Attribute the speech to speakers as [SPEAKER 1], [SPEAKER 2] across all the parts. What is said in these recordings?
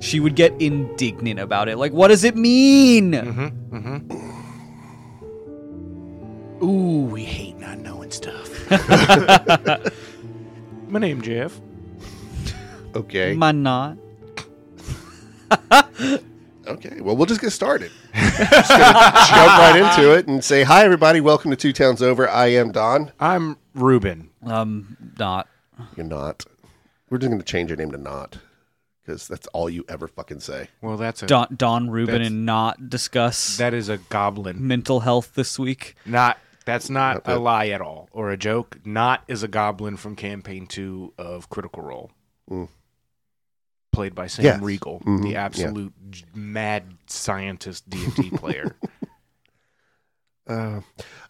[SPEAKER 1] she would get indignant about it. Like, what does it mean?
[SPEAKER 2] Mm-hmm. Mm-hmm.
[SPEAKER 3] Ooh, we hate not knowing stuff.
[SPEAKER 2] My name Jeff.
[SPEAKER 3] Okay.
[SPEAKER 1] My not.
[SPEAKER 3] Okay. Well, we'll just get started. Just gonna jump right into it and say hi, everybody. Welcome to Two Towns Over. I am Don.
[SPEAKER 2] I'm Ruben.
[SPEAKER 1] Um, not.
[SPEAKER 3] You're not. We're just gonna change your name to not because that's all you ever fucking say.
[SPEAKER 2] Well, that's a
[SPEAKER 1] Don, Don Rubin
[SPEAKER 2] That's-
[SPEAKER 1] and not discuss
[SPEAKER 2] that is a goblin.
[SPEAKER 1] mental health this week.
[SPEAKER 2] Not that's not a
[SPEAKER 3] that.
[SPEAKER 2] lie at all or a joke. Not is a goblin from campaign two of Critical Role,
[SPEAKER 3] Mm.
[SPEAKER 2] played by Sam
[SPEAKER 3] Yes.
[SPEAKER 2] Riegel,
[SPEAKER 3] Mhm,
[SPEAKER 2] the
[SPEAKER 3] yeah.
[SPEAKER 2] absolute j- mad scientist D and D player.
[SPEAKER 3] Uh,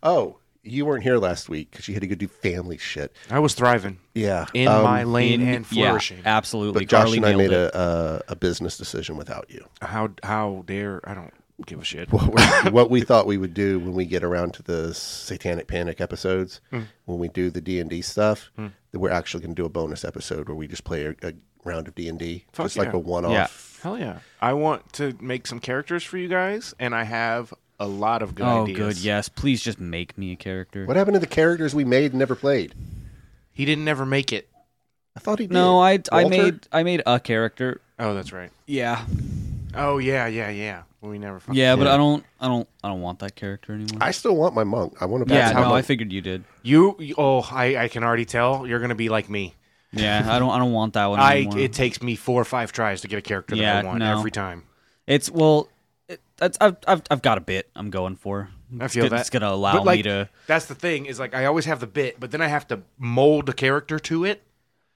[SPEAKER 3] oh, you weren't here last week because you had to go do family shit.
[SPEAKER 2] I was thriving
[SPEAKER 3] Yeah.
[SPEAKER 2] in
[SPEAKER 3] um,
[SPEAKER 2] my lane
[SPEAKER 1] In-
[SPEAKER 2] and flourishing.
[SPEAKER 1] Yeah, absolutely.
[SPEAKER 3] But Josh
[SPEAKER 1] Carly
[SPEAKER 3] and I
[SPEAKER 1] nailed
[SPEAKER 3] made
[SPEAKER 1] it.
[SPEAKER 3] a, uh, a business decision without you.
[SPEAKER 2] How how dare I don't give a shit.
[SPEAKER 3] What, we what we thought we would do when we get around to the Satanic Panic episodes,
[SPEAKER 1] Hmm.
[SPEAKER 3] when we do the D and D stuff, that we're actually going to do a bonus episode where we just play a, a round of D and D,
[SPEAKER 2] Fuck
[SPEAKER 3] just like
[SPEAKER 2] yeah.
[SPEAKER 3] a one
[SPEAKER 1] Yeah.
[SPEAKER 3] off.
[SPEAKER 2] Hell yeah! I want to make some characters for you guys, and I have a lot of good
[SPEAKER 1] oh,
[SPEAKER 2] ideas.
[SPEAKER 1] good. Yes. Please just make me a character.
[SPEAKER 3] What happened to the characters we made and never played?
[SPEAKER 2] He didn't ever make it.
[SPEAKER 3] I thought he did.
[SPEAKER 1] No, I, I
[SPEAKER 3] Walter?
[SPEAKER 1] made I made a character.
[SPEAKER 2] Oh, that's right.
[SPEAKER 1] Yeah.
[SPEAKER 2] Oh yeah, yeah, yeah. We never. Fucking
[SPEAKER 1] Yeah, but I don't I don't I don't want that character anymore.
[SPEAKER 3] I still want my monk. I want to.
[SPEAKER 1] yeah,
[SPEAKER 3] That's
[SPEAKER 1] no,
[SPEAKER 3] how
[SPEAKER 1] I
[SPEAKER 3] I
[SPEAKER 1] figured you did.
[SPEAKER 2] You. you- Oh, I. I can already tell you're gonna be like me.
[SPEAKER 1] Yeah, I don't I don't want that one
[SPEAKER 2] I.
[SPEAKER 1] anymore.
[SPEAKER 2] It takes me four or five tries to get a character
[SPEAKER 1] Yeah,
[SPEAKER 2] that I want
[SPEAKER 1] no.
[SPEAKER 2] every time.
[SPEAKER 1] It's well, it, that's I've, I've I've got a bit I'm going for.
[SPEAKER 2] I feel
[SPEAKER 1] it's,
[SPEAKER 2] that.
[SPEAKER 1] it's gonna allow
[SPEAKER 2] But like,
[SPEAKER 1] me to
[SPEAKER 2] that's the thing is like I always have the bit, but then I have to mold a character to it.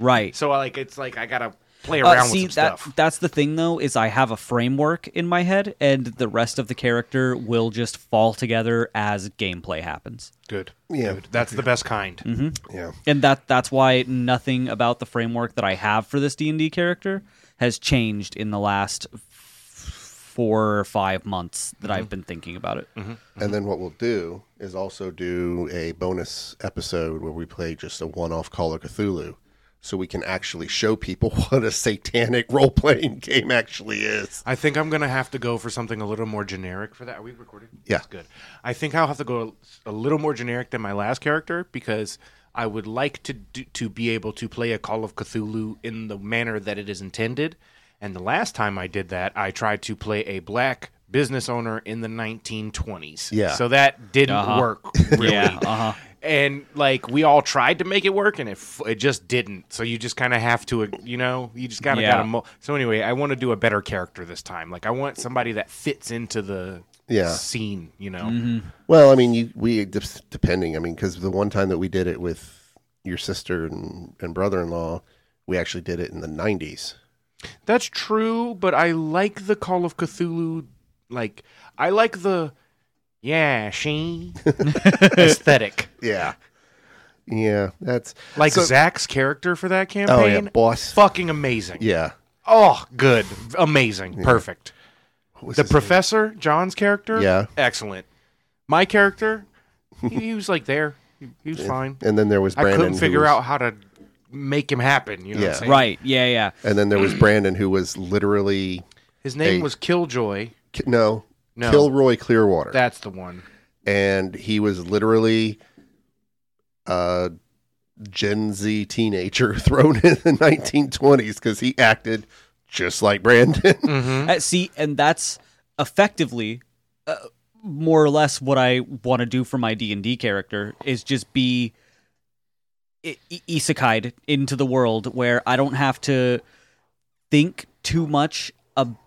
[SPEAKER 1] right.
[SPEAKER 2] So I like it's like I gotta play
[SPEAKER 1] Uh,
[SPEAKER 2] around
[SPEAKER 1] see
[SPEAKER 2] with some
[SPEAKER 1] that
[SPEAKER 2] stuff.
[SPEAKER 1] that's the thing though is I have a framework in my head and the rest of the character will just fall together as gameplay happens.
[SPEAKER 2] Good.
[SPEAKER 3] Yeah.
[SPEAKER 2] Good. That's the best kind.
[SPEAKER 1] Mm-hmm.
[SPEAKER 3] Yeah.
[SPEAKER 1] And that that's why nothing about the framework that I have for this D&D character has changed in the last f- 4 or 5 months that
[SPEAKER 2] Mm-hmm.
[SPEAKER 1] I've been thinking about it.
[SPEAKER 3] And then what we'll do is also do a bonus episode where we play just a one-off Call of Cthulhu, so we can actually show people what a satanic role-playing game actually is.
[SPEAKER 2] I think I'm gonna have to go for something a little more generic for that. Are we recording?
[SPEAKER 3] Yeah.
[SPEAKER 2] That's good. I think I'll have to go a little more generic than my last character because I would like to do, to be able to play a Call of Cthulhu in the manner that it is intended. And the last time I did that, I tried to play a black business owner in the 1920s.
[SPEAKER 3] Yeah.
[SPEAKER 2] So that didn't
[SPEAKER 1] Uh-huh.
[SPEAKER 2] work. Really.
[SPEAKER 1] Yeah, uh-huh.
[SPEAKER 2] And like we all tried to make it work, and it f- it just didn't. So you just kind of have to, you know, you just kind of
[SPEAKER 1] Yeah.
[SPEAKER 2] got to. Mo- so anyway, I want to do a better character this time. Like I want somebody that fits into the
[SPEAKER 3] Yeah.
[SPEAKER 2] scene. You know,
[SPEAKER 3] Well, I mean, you we just depending. I mean, because the one time that we did it with your sister and, and brother-in-law, we actually did it in the '90s.
[SPEAKER 2] that's true. But I like the Call of Cthulhu. Like I like the yeah she aesthetic.
[SPEAKER 3] Yeah, yeah, that's
[SPEAKER 2] Like
[SPEAKER 3] So-
[SPEAKER 2] Zach's character for that
[SPEAKER 3] oh
[SPEAKER 2] campaign,
[SPEAKER 3] yeah, boss.
[SPEAKER 2] fucking amazing.
[SPEAKER 3] Yeah,
[SPEAKER 2] Oh, good, amazing, perfect.
[SPEAKER 3] What was
[SPEAKER 2] the
[SPEAKER 3] his name?
[SPEAKER 2] professor john's character
[SPEAKER 3] Yeah.
[SPEAKER 2] excellent my character he, he was like there he, he was fine
[SPEAKER 3] and then there was Brandon.
[SPEAKER 2] i couldn't
[SPEAKER 3] who
[SPEAKER 2] figure
[SPEAKER 3] was-
[SPEAKER 2] out how to make him happen you know what
[SPEAKER 3] Yeah.
[SPEAKER 2] I'm saying?
[SPEAKER 1] Right. Yeah, yeah.
[SPEAKER 3] And then there was Brandon, who was literally
[SPEAKER 2] his name
[SPEAKER 3] They-
[SPEAKER 2] was killjoy
[SPEAKER 3] Ki- no,
[SPEAKER 2] No.
[SPEAKER 3] Kilroy Clearwater,
[SPEAKER 2] that's the one
[SPEAKER 3] and he was literally a Gen Z teenager thrown in the 1920s because he acted just like Brandon.
[SPEAKER 2] Mm-hmm.
[SPEAKER 1] Uh, see, and that's effectively uh, more or less what I want to do for my D and D character is just be i- i- isekai'd into the world where I don't have to think too much about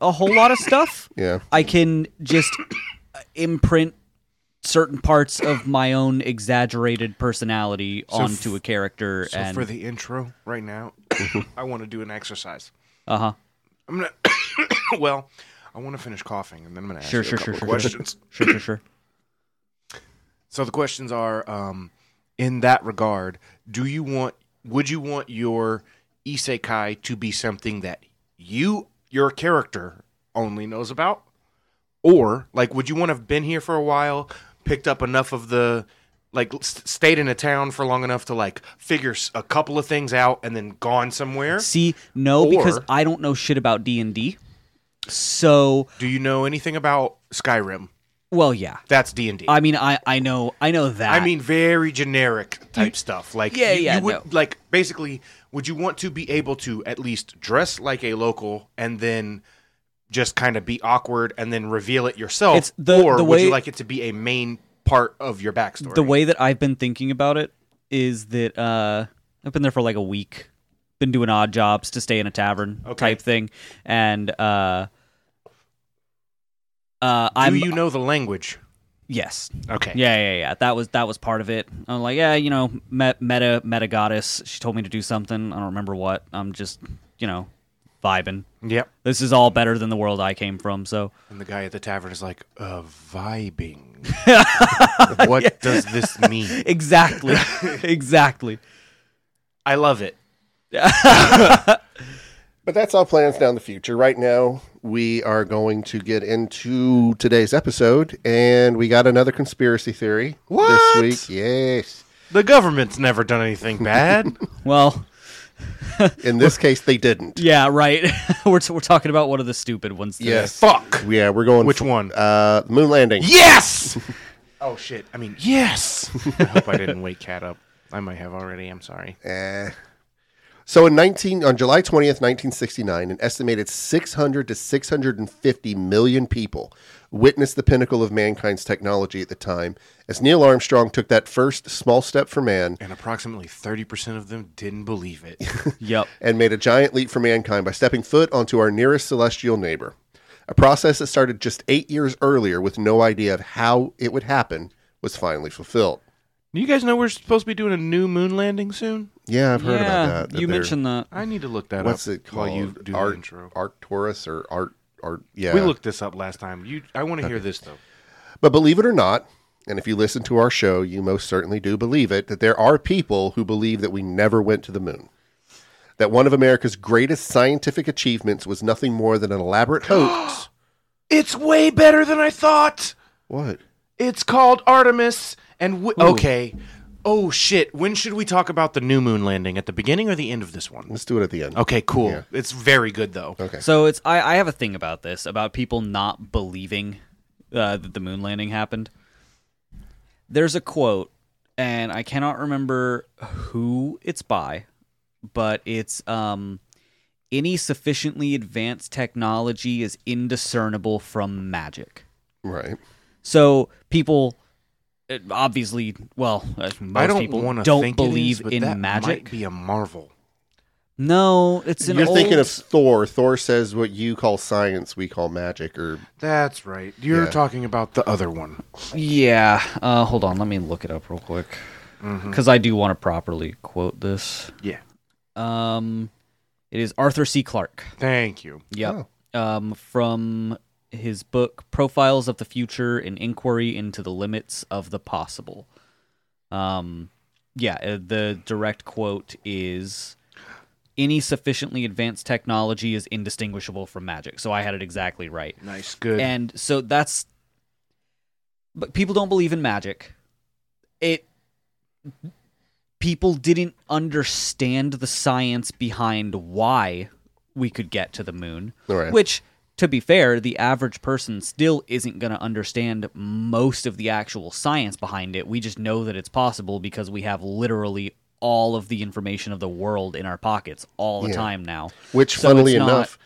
[SPEAKER 1] a whole lot of stuff.
[SPEAKER 3] yeah,
[SPEAKER 1] I can just uh, imprint certain parts of my own exaggerated personality onto a character
[SPEAKER 2] so
[SPEAKER 1] and
[SPEAKER 2] for the intro right now i want to do an exercise
[SPEAKER 1] uh-huh
[SPEAKER 2] i'm gonna well i want to finish coughing and then i'm gonna ask
[SPEAKER 1] Sure,
[SPEAKER 2] you
[SPEAKER 1] sure,
[SPEAKER 2] a couple
[SPEAKER 1] sure,
[SPEAKER 2] of
[SPEAKER 1] sure, sure.
[SPEAKER 2] questions
[SPEAKER 1] sure sure sure
[SPEAKER 2] So the questions are, um, in that regard, do you want? Would you want your isekai to be something that you, your character, only knows about, or like, would you want to have been here for a while, picked up enough of the like s- stayed in a town for long enough to like figure s- a couple of things out and then gone somewhere.
[SPEAKER 1] See, no, because
[SPEAKER 2] Or-
[SPEAKER 1] I don't know shit about D and D. So,
[SPEAKER 2] Do you know anything about Skyrim?
[SPEAKER 1] well, yeah.
[SPEAKER 2] That's D and D.
[SPEAKER 1] I mean, I I know I know that.
[SPEAKER 2] I mean, very generic type stuff. Like,
[SPEAKER 1] Yeah,
[SPEAKER 2] you,
[SPEAKER 1] yeah,
[SPEAKER 2] you would,
[SPEAKER 1] no.
[SPEAKER 2] Like, basically, would you want to be able to at least dress like a local and then just kind of be awkward and then reveal it yourself,
[SPEAKER 1] It's the-
[SPEAKER 2] or
[SPEAKER 1] the
[SPEAKER 2] would you
[SPEAKER 1] way-
[SPEAKER 2] like it to be a main part of your backstory?
[SPEAKER 1] the way that I've been thinking about it is that uh, I've been there for like a week, been doing odd jobs to stay in a tavern
[SPEAKER 2] Okay.
[SPEAKER 1] type thing, and uh, uh,
[SPEAKER 2] Do
[SPEAKER 1] I'm
[SPEAKER 2] you know the language?
[SPEAKER 1] yes,
[SPEAKER 2] Okay.
[SPEAKER 1] yeah, yeah, yeah. That was that was part of it. I'm like, yeah, you know, met, meta meta goddess. She told me to do something. I don't remember what. I'm just you know vibing.
[SPEAKER 2] Yep.
[SPEAKER 1] This is all better than the world I came from. So
[SPEAKER 2] And the guy at the tavern is like, uh, vibing. what does this mean?
[SPEAKER 1] exactly, exactly.
[SPEAKER 2] I love it.
[SPEAKER 3] But that's all plans down the future. Right now, we are going to get into today's episode, and we got another conspiracy theory
[SPEAKER 2] What?
[SPEAKER 3] this week. Yes.
[SPEAKER 2] The government's never done anything bad.
[SPEAKER 1] Well,
[SPEAKER 3] In this case, they didn't.
[SPEAKER 1] Yeah, right. we're, t- we're talking about one of the stupid ones. Today.
[SPEAKER 3] Yes.
[SPEAKER 2] Fuck.
[SPEAKER 3] Yeah, we're going.
[SPEAKER 2] Which
[SPEAKER 3] f-
[SPEAKER 2] one?
[SPEAKER 3] Uh, moon landing.
[SPEAKER 2] Yes. oh shit. I mean, yes. I hope I didn't wake Cat up. I might have already. I'm sorry.
[SPEAKER 3] Eh. So in 19 on July 20th, 1969, an estimated 600 to 650 million people witnessed the pinnacle of mankind's technology at the time as Neil Armstrong took that first small step for man
[SPEAKER 2] And approximately 30% of them didn't believe it.
[SPEAKER 1] Yep.
[SPEAKER 3] and made a giant leap for mankind by stepping foot onto our nearest celestial neighbor. A process that started just 8 years earlier with no idea of how it would happen was finally fulfilled.
[SPEAKER 2] Do you guys know we're supposed to be doing a new moon landing soon?
[SPEAKER 3] Yeah, I've
[SPEAKER 1] yeah,
[SPEAKER 3] heard about that. that
[SPEAKER 1] You
[SPEAKER 3] they're-
[SPEAKER 1] mentioned that.
[SPEAKER 2] I need to look that
[SPEAKER 3] what's
[SPEAKER 2] up.
[SPEAKER 3] it called?
[SPEAKER 2] While you do
[SPEAKER 3] Art,
[SPEAKER 2] the intro.
[SPEAKER 3] Arcturus or Art Art yeah.
[SPEAKER 2] We looked this up last time. You, I want to hear this though.
[SPEAKER 3] But believe it or not, and if you listen to our show, you most certainly do believe it, that there are people who believe that we never went to the moon. That one of America's greatest scientific achievements was nothing more than an elaborate hoax.
[SPEAKER 2] It's way better than I thought.
[SPEAKER 3] What?
[SPEAKER 2] It's called Artemis. And w- okay. Oh shit. When should we talk about the new moon landing? At the beginning or the end of this one?
[SPEAKER 3] Let's do it at the end.
[SPEAKER 2] Okay, cool. It's very good though.
[SPEAKER 3] Okay.
[SPEAKER 1] So it's I, I have a thing about this about people not believing uh, that the moon landing happened. There's a quote, and I cannot remember who it's by, but it's um, any sufficiently advanced technology is indiscernible from magic.
[SPEAKER 3] Right.
[SPEAKER 1] So people uh, obviously, well, uh, most
[SPEAKER 2] I don't
[SPEAKER 1] people
[SPEAKER 2] wanna
[SPEAKER 1] don't
[SPEAKER 2] think it is,
[SPEAKER 1] believe
[SPEAKER 2] but
[SPEAKER 1] in
[SPEAKER 2] that
[SPEAKER 1] magic.
[SPEAKER 2] Might be a marvel.
[SPEAKER 1] No, it's an
[SPEAKER 3] You're
[SPEAKER 1] old...
[SPEAKER 3] thinking of Thor. Thor says what you call science, we call magic, or
[SPEAKER 2] That's right. You're
[SPEAKER 3] Yeah.
[SPEAKER 2] talking about the other one.
[SPEAKER 1] yeah. Uh, hold on, let me look it up real quick
[SPEAKER 2] Mm-hmm.
[SPEAKER 1] because I do want to properly quote this.
[SPEAKER 2] Yeah.
[SPEAKER 1] Um, it is Arthur C. Clarke.
[SPEAKER 2] Thank you.
[SPEAKER 1] Yep. Um, from his book "Profiles of the Future: An Inquiry into the Limits of the Possible." Um, yeah, uh, the direct quote is. Any sufficiently advanced technology is indistinguishable from magic. So I had it exactly right.
[SPEAKER 2] Nice. Good.
[SPEAKER 1] and so that's but people don't believe in magic it people didn't understand the science behind why we could get to the moon
[SPEAKER 3] Right.
[SPEAKER 1] which to be fair the average person still isn't going to understand most of the actual science behind it we just know that it's possible because we have literally all of the information of the world in our pockets all the
[SPEAKER 3] Yeah.
[SPEAKER 1] time now
[SPEAKER 3] which,
[SPEAKER 1] So
[SPEAKER 3] funnily
[SPEAKER 1] it's not-
[SPEAKER 3] enough,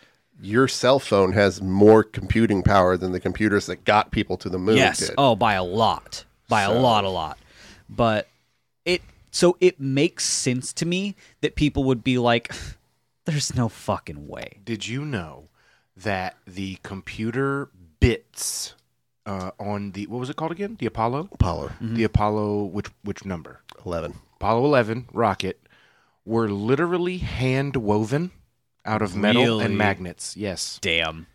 [SPEAKER 3] your cell phone has more computing power than the computers that got people to the moon.
[SPEAKER 1] Yes.
[SPEAKER 3] Did.
[SPEAKER 1] Oh, by a lot. By a lot, a lot. But it so it makes sense to me that people would be like, "There's no fucking way."
[SPEAKER 2] Did you know that the computer bits uh, on the what was it called again? The Apollo.
[SPEAKER 3] Apollo
[SPEAKER 1] Mm-hmm.
[SPEAKER 2] The Apollo. Which which number?
[SPEAKER 3] eleven.
[SPEAKER 1] Mm.
[SPEAKER 2] Apollo 11 rocket were literally hand woven out of metal
[SPEAKER 1] Really?
[SPEAKER 2] and magnets. Yes.
[SPEAKER 1] Damn.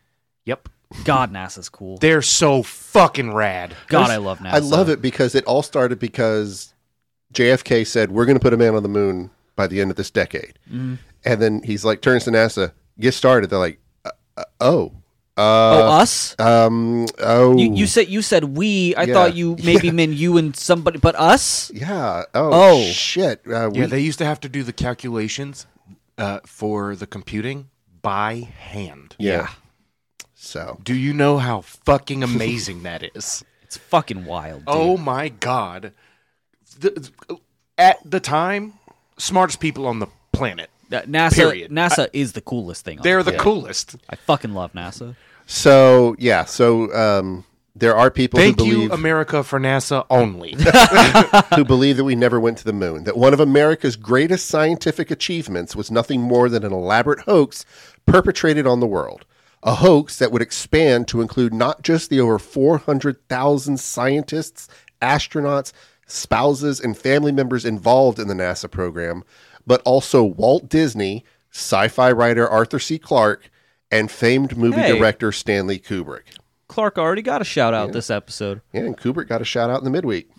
[SPEAKER 2] Yep.
[SPEAKER 1] God, NASA's cool.
[SPEAKER 2] They're so fucking rad.
[SPEAKER 1] God, I love NASA.
[SPEAKER 3] I love it because it all started because JFK said we're going to put a man on the moon by the end of this
[SPEAKER 1] Mm-hmm.
[SPEAKER 3] decade, and then he's like turns to NASA, get started. They're like, uh, uh, oh,
[SPEAKER 1] oh,
[SPEAKER 3] Uh,
[SPEAKER 1] us?
[SPEAKER 3] um, oh,
[SPEAKER 1] You, you said you said we. I
[SPEAKER 3] Yeah.
[SPEAKER 1] thought you maybe meant you and somebody, but us.
[SPEAKER 3] yeah. Oh,
[SPEAKER 1] Oh.
[SPEAKER 3] shit. Uh, we,
[SPEAKER 2] Yeah, they used to have to do the calculations uh, for the computing by hand.
[SPEAKER 3] yeah. So
[SPEAKER 2] Do you know how fucking amazing that is?
[SPEAKER 1] It's fucking wild. Dude.
[SPEAKER 2] Oh my god! The- at the time, smartest people on the planet.
[SPEAKER 1] Uh, NASA.
[SPEAKER 2] period.
[SPEAKER 1] NASA is the coolest thing. on
[SPEAKER 2] They're the
[SPEAKER 3] Yeah.
[SPEAKER 2] coolest.
[SPEAKER 1] I fucking love NASA.
[SPEAKER 3] So yeah, so um, there are people
[SPEAKER 2] Thank
[SPEAKER 3] who
[SPEAKER 2] you,
[SPEAKER 3] believe
[SPEAKER 2] America, for NASA only.
[SPEAKER 3] who believe that we never went to the moon. That one of America's greatest scientific achievements was nothing more than an elaborate hoax perpetrated on the world. A hoax that would expand to include not just the over 400,000 scientists, astronauts, spouses, and family members involved in the NASA program, but also Walt Disney, sci fi writer Arthur C. Clarke, and famed movie
[SPEAKER 1] Hey.
[SPEAKER 3] director Stanley Kubrick.
[SPEAKER 1] Clark already got a shout out this episode.
[SPEAKER 3] Yeah, and Kubrick got a shout out in the midweek.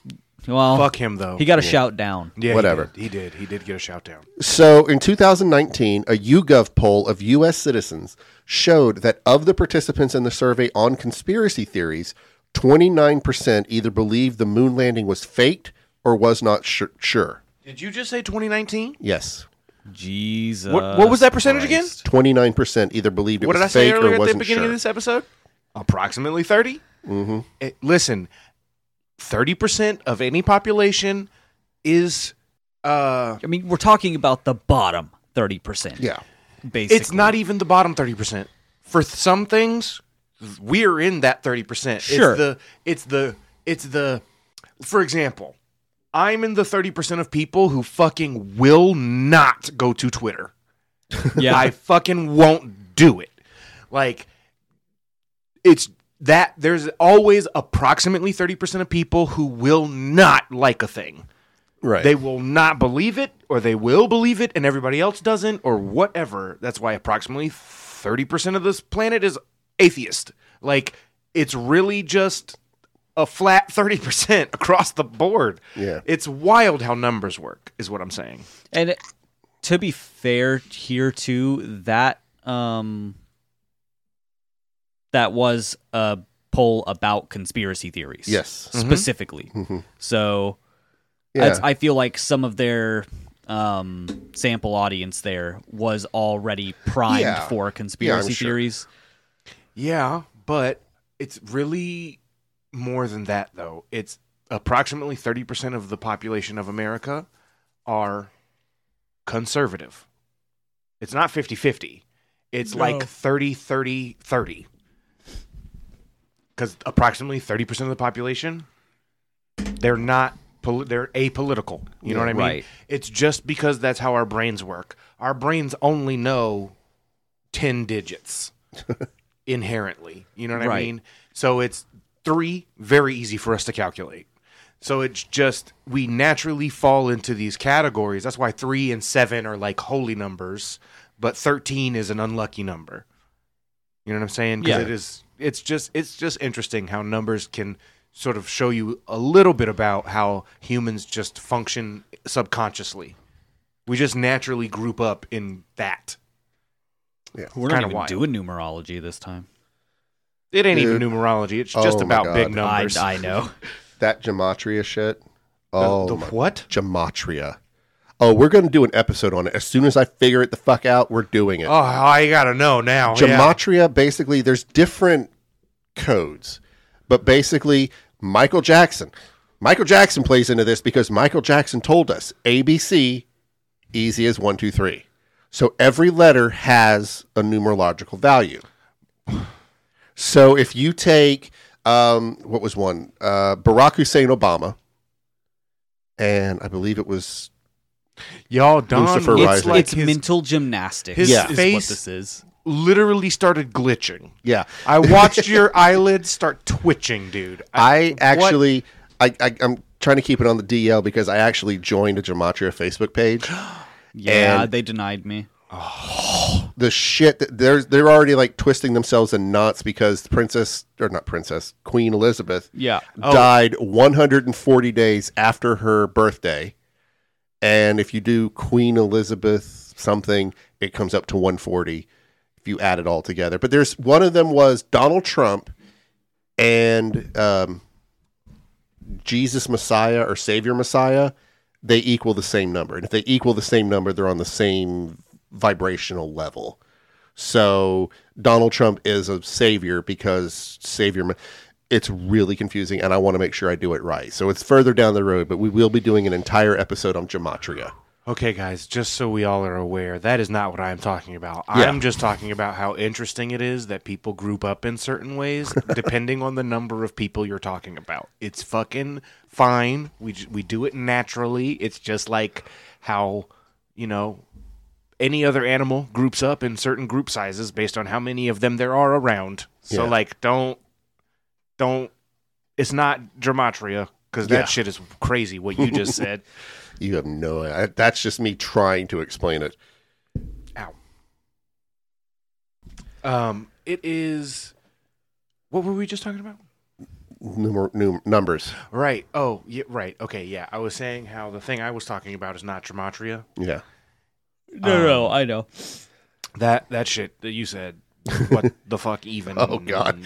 [SPEAKER 1] Well,
[SPEAKER 2] Fuck him though.
[SPEAKER 1] He got a shout down.
[SPEAKER 2] yeah, he
[SPEAKER 3] whatever.
[SPEAKER 2] did. He did. He did. get a shout down.
[SPEAKER 3] So in 2019, a YouGov poll of U.S. citizens showed that of the participants in the survey on conspiracy theories, 29% either believed the moon landing was faked or was not sure. sure.
[SPEAKER 2] Did you just say 2019?
[SPEAKER 3] Yes.
[SPEAKER 1] Jesus.
[SPEAKER 2] What, what was that percentage again?
[SPEAKER 3] 29% either believed it
[SPEAKER 2] What
[SPEAKER 3] was
[SPEAKER 2] did I say
[SPEAKER 3] fake
[SPEAKER 2] earlier
[SPEAKER 3] or
[SPEAKER 2] at the
[SPEAKER 3] wasn't
[SPEAKER 2] beginning
[SPEAKER 3] sure.
[SPEAKER 2] of this episode? Approximately 30.
[SPEAKER 3] Mhm.
[SPEAKER 2] It- listen, 30% of any population is uh
[SPEAKER 1] I mean, we're talking about the bottom thirty percent.
[SPEAKER 3] Yeah.
[SPEAKER 1] basically.
[SPEAKER 2] it's not even the bottom 30%. For th- some things, we're in that 30%.
[SPEAKER 1] Sure.
[SPEAKER 2] It's the it's the it's the for example, I'm in the 30% of people who fucking will not go to Twitter.
[SPEAKER 1] Yeah,
[SPEAKER 2] I fucking won't do it. Like it's that there's always approximately 30% of people who will not like a thing.
[SPEAKER 3] Right.
[SPEAKER 2] They will not believe it or they will believe it and everybody else doesn't or whatever. That's why approximately 30% of this planet is atheist. Like it's really just a flat 30% across the board.
[SPEAKER 3] Yeah.
[SPEAKER 2] It's wild how numbers work is what I'm saying.
[SPEAKER 1] and to be fair here too, that um, that was a poll about conspiracy theories.
[SPEAKER 3] yes.
[SPEAKER 2] Mm-hmm.
[SPEAKER 1] specifically. So
[SPEAKER 3] Yeah.
[SPEAKER 1] Mm. that's- I feel like some of their um, sample audience there was already primed
[SPEAKER 3] Yeah.
[SPEAKER 1] for conspiracy
[SPEAKER 3] sure.
[SPEAKER 1] theories.
[SPEAKER 2] Yeah, but it's really more than that, though. It's approximately 30% of the population of America are conservative. It's not 50 50. It's like 30 30 30. Because approximately 30% of the population, they're not, poli- they're apolitical. You know what I mean?
[SPEAKER 1] Right.
[SPEAKER 2] It's just because that's how our brains work. Our brains only know 10 digits inherently. You know what I
[SPEAKER 1] Right.
[SPEAKER 2] mean? So it's three, very easy for us to calculate. So it's just, we naturally fall into these categories. That's why three and seven are like holy numbers, but 13 is an unlucky number. You know what I'm saying? 'Cause
[SPEAKER 1] Yeah.
[SPEAKER 2] it is, it's just, it's just interesting how numbers can sort of show you a little bit about how humans just function subconsciously. We just naturally group up in that.
[SPEAKER 1] We're not
[SPEAKER 2] Kinda
[SPEAKER 1] even
[SPEAKER 2] wild.
[SPEAKER 1] doing numerology this time.
[SPEAKER 2] It ain't
[SPEAKER 3] Dude.
[SPEAKER 2] even numerology. It's just
[SPEAKER 3] Oh my
[SPEAKER 2] about big
[SPEAKER 3] God.
[SPEAKER 1] I,
[SPEAKER 2] numbers.
[SPEAKER 1] I know.
[SPEAKER 3] that gematria shit.
[SPEAKER 2] The-
[SPEAKER 3] Oh,
[SPEAKER 2] the
[SPEAKER 3] my
[SPEAKER 2] what?
[SPEAKER 3] gematria. Oh, we're going to do an episode on it. As soon as I figure it the fuck out, we're doing it.
[SPEAKER 2] Oh, I gotta know now. Oh, yeah.
[SPEAKER 3] Gematria, basically, there's different codes, but basically, Michael Jackson. Michael Jackson plays into this because Michael Jackson told us ABC, easy as one, two, three. So every letter has a numerological value. So if you take, um, what was one? Uh, Barack Hussein Obama, and I believe it was
[SPEAKER 2] Y'all, Don
[SPEAKER 3] Lucifer
[SPEAKER 2] looks
[SPEAKER 3] Rising.
[SPEAKER 2] like
[SPEAKER 1] it's
[SPEAKER 2] his
[SPEAKER 1] mental gymnastics.
[SPEAKER 2] his
[SPEAKER 1] is what
[SPEAKER 2] face-
[SPEAKER 1] this is.
[SPEAKER 2] literally started glitching.
[SPEAKER 3] yeah.
[SPEAKER 2] I watched your eyelids start twitching, dude.
[SPEAKER 3] I
[SPEAKER 2] what-
[SPEAKER 3] actually, I, I, I'm trying to keep it on the DL because I actually joined a Gematria Facebook page.
[SPEAKER 1] Yeah,
[SPEAKER 3] And-
[SPEAKER 1] they denied me.
[SPEAKER 3] The shit that they're they're already like twisting themselves in knots because Princess or not Princess Queen Elizabeth
[SPEAKER 1] Yeah.
[SPEAKER 3] died 140 days after her birthday, and if you do Queen Elizabeth something, it comes up to 140. If if you add it all together. But there's one of them was Donald Trump and um, Jesus Messiah or Savior Messiah. They equal the same number, and if they equal the same number, they're on the same vibrational level. So Donald Trump is a savior because savior. It's really confusing, and I want to make sure I do it right. So it's further down the road, but we will be doing an entire episode on gematria.
[SPEAKER 2] Okay, guys, just so we all are aware, that is not what I'm talking about.
[SPEAKER 3] Yeah.
[SPEAKER 2] I'm just talking about how interesting it is that people group up in certain ways depending on the number of people you're talking about. It's fucking fine. We j- we do it naturally. It's just like how, you know, any other animal groups up in certain group sizes based on how many of them there are around. So
[SPEAKER 3] Yeah.
[SPEAKER 2] like don't don't it's not dramatria cuz that
[SPEAKER 3] Yeah.
[SPEAKER 2] shit is crazy what you just said.
[SPEAKER 3] You have no. I, that's just me trying to explain it.
[SPEAKER 2] Ow. Um, it is. What were we just talking about?
[SPEAKER 3] Numer- num- numbers.
[SPEAKER 2] Right. Oh, yeah. Right. Okay. Yeah. I was saying how the thing I was talking about is not gematria.
[SPEAKER 3] Yeah.
[SPEAKER 1] Oh, No, no, no, I know.
[SPEAKER 2] That that shit that you said. What the fuck? Even.
[SPEAKER 3] Oh, God.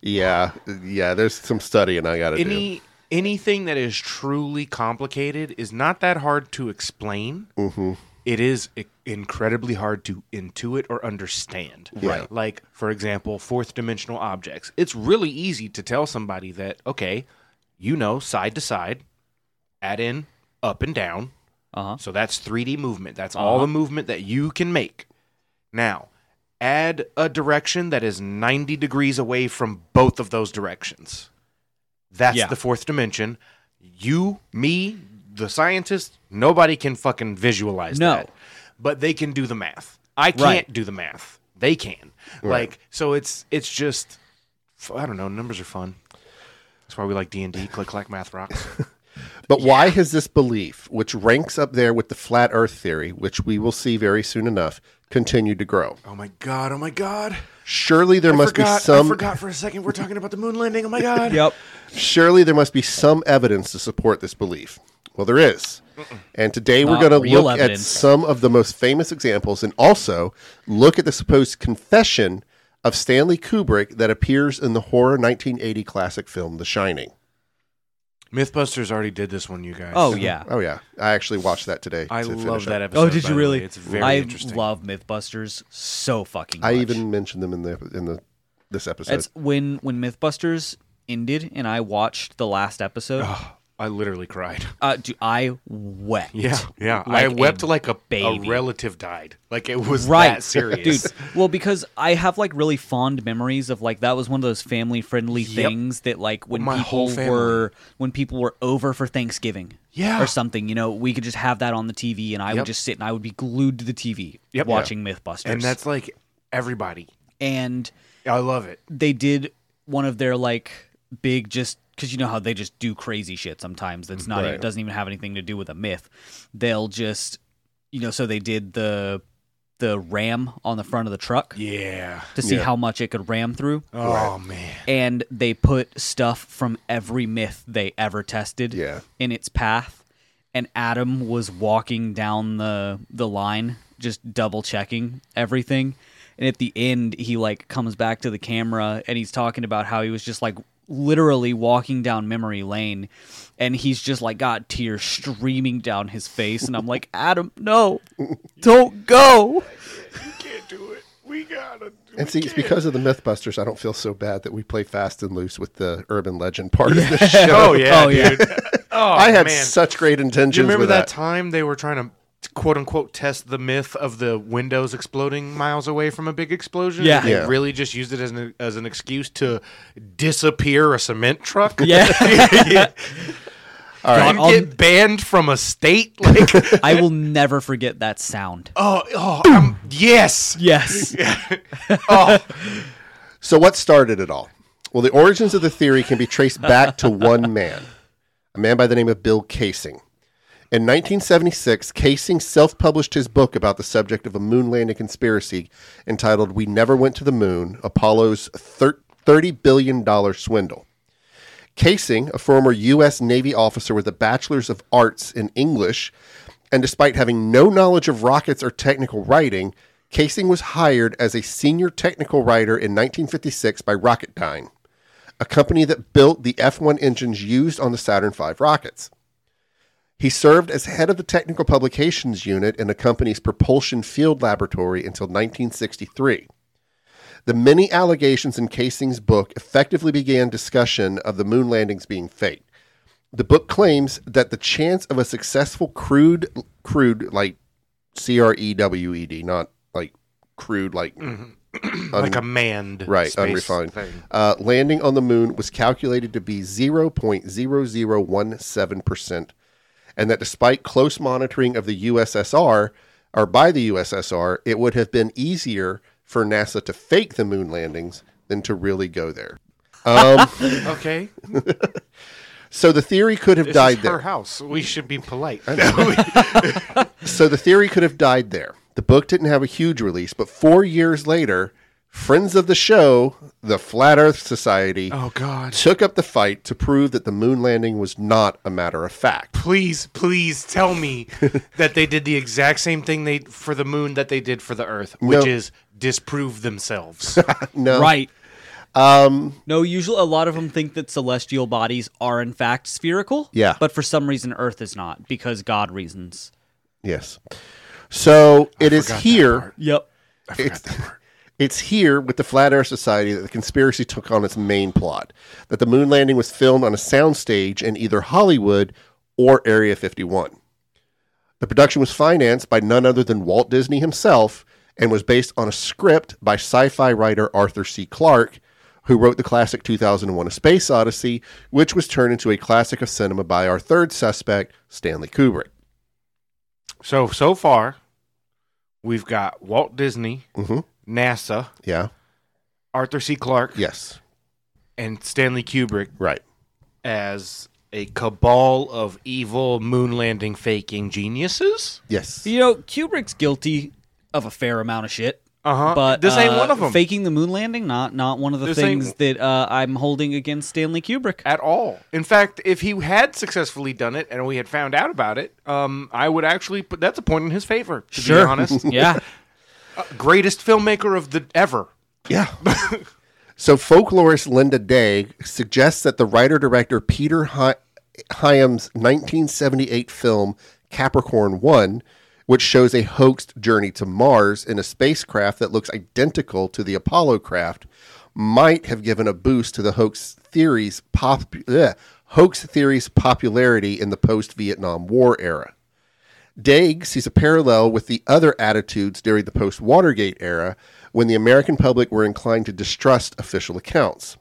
[SPEAKER 3] Yeah. Yeah. There's some studying I got to do.
[SPEAKER 2] Any anything that is truly complicated is not that hard to explain.
[SPEAKER 3] Mm-hmm.
[SPEAKER 2] it is i- incredibly hard to intuit or understand.
[SPEAKER 3] Right.
[SPEAKER 2] Like, for example, fourth dimensional objects. It's really easy to tell somebody that, okay, you know, side to side, add in, up and down.
[SPEAKER 1] Uh huh.
[SPEAKER 2] So that's 3D movement. That's
[SPEAKER 1] Uh-huh.
[SPEAKER 2] all the movement that you can make. Now, add a direction that is 90 degrees away from both of those directions. That's
[SPEAKER 1] Yeah.
[SPEAKER 2] the fourth dimension. You, me, the scientist, nobody can fucking visualize
[SPEAKER 1] No.
[SPEAKER 2] that. But they can do the math. I can't
[SPEAKER 1] Right.
[SPEAKER 2] do the math. They can. Like so it's it's just f- I don't know, numbers are fun. That's why we like D&D, click clack math rocks.
[SPEAKER 3] But why has this belief, which ranks up there with the flat Earth theory, which we will see very soon enough, continued to grow?
[SPEAKER 2] oh my god, oh my god.
[SPEAKER 3] Surely there
[SPEAKER 2] I
[SPEAKER 3] must
[SPEAKER 2] forgot,
[SPEAKER 3] be some.
[SPEAKER 2] I forgot for a second we're talking about the moon landing. Oh my god.
[SPEAKER 1] Yep.
[SPEAKER 3] Surely there must be some evidence to support this belief. Well, there is. And today
[SPEAKER 1] Not
[SPEAKER 3] we're going to
[SPEAKER 1] real
[SPEAKER 3] look
[SPEAKER 1] evidence.
[SPEAKER 3] at some of the most famous examples and also look at the supposed confession of Stanley Kubrick that appears in the horror 1980 classic film The Shining.
[SPEAKER 2] MythBusters already did this one, you guys.
[SPEAKER 1] Oh yeah.
[SPEAKER 3] Oh yeah, I actually watched that today.
[SPEAKER 2] I
[SPEAKER 3] to finish
[SPEAKER 2] love
[SPEAKER 3] up.
[SPEAKER 2] that episode.
[SPEAKER 1] Oh, did
[SPEAKER 2] by
[SPEAKER 1] you
[SPEAKER 2] the
[SPEAKER 1] really?
[SPEAKER 2] way. It's very
[SPEAKER 1] I
[SPEAKER 2] interesting.
[SPEAKER 1] love MythBusters so fucking.
[SPEAKER 3] I
[SPEAKER 1] much.
[SPEAKER 3] even mentioned them in the in the this episode.
[SPEAKER 1] That's when when MythBusters ended, and I watched the last episode.
[SPEAKER 2] I literally cried.
[SPEAKER 1] Uh, do I wept?
[SPEAKER 2] Yeah, yeah. I
[SPEAKER 1] Like
[SPEAKER 2] wept
[SPEAKER 1] a
[SPEAKER 2] like a
[SPEAKER 1] baby.
[SPEAKER 2] A relative died. Like it was
[SPEAKER 1] right
[SPEAKER 2] that serious.
[SPEAKER 1] dude well because i have like really fond memories of like that was one of those family friendly things that like when
[SPEAKER 2] My whole
[SPEAKER 1] people
[SPEAKER 2] family.
[SPEAKER 1] were when people were over for thanksgiving
[SPEAKER 2] Yeah.
[SPEAKER 1] or something you know we could just have that on the tv and i
[SPEAKER 2] Yep.
[SPEAKER 1] would just sit and i would be glued to the tv
[SPEAKER 2] Yep.
[SPEAKER 1] watching mythbusters
[SPEAKER 2] and that's like everybody.
[SPEAKER 1] and
[SPEAKER 2] I love it.
[SPEAKER 1] they did one of their like big just because you know how they just do crazy shit sometimes that's not
[SPEAKER 3] Right.
[SPEAKER 1] it doesn't even have anything to do with a myth they'll just you know so they did the the ram on the front of the truck
[SPEAKER 2] Yeah.
[SPEAKER 1] to see
[SPEAKER 3] Yeah.
[SPEAKER 1] how much it could ram through.
[SPEAKER 2] Oh man.
[SPEAKER 1] And they put stuff from every myth they ever tested
[SPEAKER 3] Yeah.
[SPEAKER 1] in its path. And Adam was walking down the the line, just double checking everything. And at the end, he like comes back to the camera and he's talking about how he was just like literally walking down memory lane and he's just like got tears streaming down his face and I'm like Adam no don't go
[SPEAKER 2] Can't do it. We gotta.
[SPEAKER 3] and see, it's because of the MythBusters. I don't feel so bad that we play fast and loose with the urban legend part of the show.
[SPEAKER 2] Oh yeah.
[SPEAKER 1] Oh, yeah.
[SPEAKER 2] Dude. Oh
[SPEAKER 3] I had
[SPEAKER 2] man.
[SPEAKER 3] such great intentions.
[SPEAKER 2] Do you remember
[SPEAKER 3] with
[SPEAKER 2] that,
[SPEAKER 3] that?
[SPEAKER 2] time they were trying to quote unquote test the myth of the windows exploding miles away from a big explosion?
[SPEAKER 1] Yeah.
[SPEAKER 2] They
[SPEAKER 3] Yeah.
[SPEAKER 2] really just used it as an, as an excuse to disappear a cement truck?
[SPEAKER 1] yeah
[SPEAKER 3] All right.
[SPEAKER 2] You
[SPEAKER 1] I'll-
[SPEAKER 2] get banned from a state? Like,
[SPEAKER 1] I will never forget that sound
[SPEAKER 2] oh, oh I'm, yes.
[SPEAKER 1] Yes.
[SPEAKER 2] Oh,
[SPEAKER 3] So, what started it all? Well, the origins of the theory can be traced back to one man, a man by the name of Bill Casing. In 1976, Casing self published his book about the subject of a moon landing conspiracy entitled We Never Went to the Moon Apollo's Thir- $30 Billion Swindle. Casing, a former U.S. Navy officer with a Bachelor's of Arts in English, and despite having no knowledge of rockets or technical writing, Casing was hired as a senior technical writer in 1956 by Rocketdyne, a company that built the F 1 engines used on the Saturn V rockets. He served as head of the technical publications unit in the company's propulsion field laboratory until 1963. The many allegations in Casing's book effectively began discussion of the moon landings being fake. The book claims that the chance of a successful crude, crude like C R E W E D, not like crude, like
[SPEAKER 2] like a manned
[SPEAKER 3] right,
[SPEAKER 2] space
[SPEAKER 3] unrefined.
[SPEAKER 2] thing.
[SPEAKER 3] Uh, landing on the moon was calculated to be 0.0017%, and that despite close monitoring of the USSR or by the USSR, it would have been easier for NASA to fake the moon landings than to really go there. Um,
[SPEAKER 2] Okay,
[SPEAKER 3] so the theory could have
[SPEAKER 2] this
[SPEAKER 3] died
[SPEAKER 2] is her
[SPEAKER 3] there.
[SPEAKER 2] house. We should be polite.
[SPEAKER 3] So the theory could have died there. The book didn't have a huge release, but four years later, friends of the show, the Flat Earth Society,
[SPEAKER 2] oh God!
[SPEAKER 3] took up the fight to prove that the moon landing was not a matter of fact.
[SPEAKER 2] Please, please tell me that they did the exact same thing they for the moon that they did for the Earth, which
[SPEAKER 3] No.
[SPEAKER 2] is disprove themselves.
[SPEAKER 3] No,
[SPEAKER 1] Right. Um, no, usually a lot of them think that celestial bodies are in fact spherical.
[SPEAKER 3] Yeah.
[SPEAKER 1] But for some reason, Earth is not because God reasons.
[SPEAKER 3] Yes. So it is
[SPEAKER 2] forgot that
[SPEAKER 3] here.
[SPEAKER 2] part.
[SPEAKER 1] Yep.
[SPEAKER 2] I forgot that word.
[SPEAKER 3] It's here with the Flat Earth Society that the conspiracy took on its main plot that the moon landing was filmed on a soundstage in either Hollywood or Area 51. The production was financed by none other than Walt Disney himself and was based on a script by sci fi writer Arthur C. Clarke, who wrote the classic 2001 A Space Odyssey, which was turned into a classic of cinema by our third suspect, Stanley Kubrick.
[SPEAKER 2] So so far, we've got Walt Disney,
[SPEAKER 3] Mhm.
[SPEAKER 2] NASA,
[SPEAKER 3] Yeah.
[SPEAKER 2] Arthur C. Clarke,
[SPEAKER 3] Yes.
[SPEAKER 2] and Stanley Kubrick
[SPEAKER 3] Right.
[SPEAKER 2] as a cabal of evil moon landing faking geniuses.
[SPEAKER 3] Yes.
[SPEAKER 1] You know, Kubrick's guilty of a fair amount of shit.
[SPEAKER 2] Uh huh.
[SPEAKER 1] But
[SPEAKER 2] this ain't
[SPEAKER 1] uh,
[SPEAKER 2] one of them
[SPEAKER 1] Faking the moon landing, not not one of the
[SPEAKER 2] This ain't-
[SPEAKER 1] things that uh, I'm holding against Stanley Kubrick.
[SPEAKER 2] at all. In fact, if he had successfully done it and we had found out about it, um, I would actually put that's a point in his favor. To be honest,
[SPEAKER 1] yeah.
[SPEAKER 2] greatest filmmaker of the ever.
[SPEAKER 3] Yeah. so folklorist Linda Day suggests that the writer director Peter Hy- Hyam's 1978 film Capricorn 1, which shows a hoaxed journey to Mars in a spacecraft that looks identical to the Apollo craft, might have given a boost to the hoax theories pop- ugh, hoax theories popularity in the post-Vietnam War era. Daig sees a parallel with the other attitudes during the post Watergate era when the American public were inclined to distrust official accounts.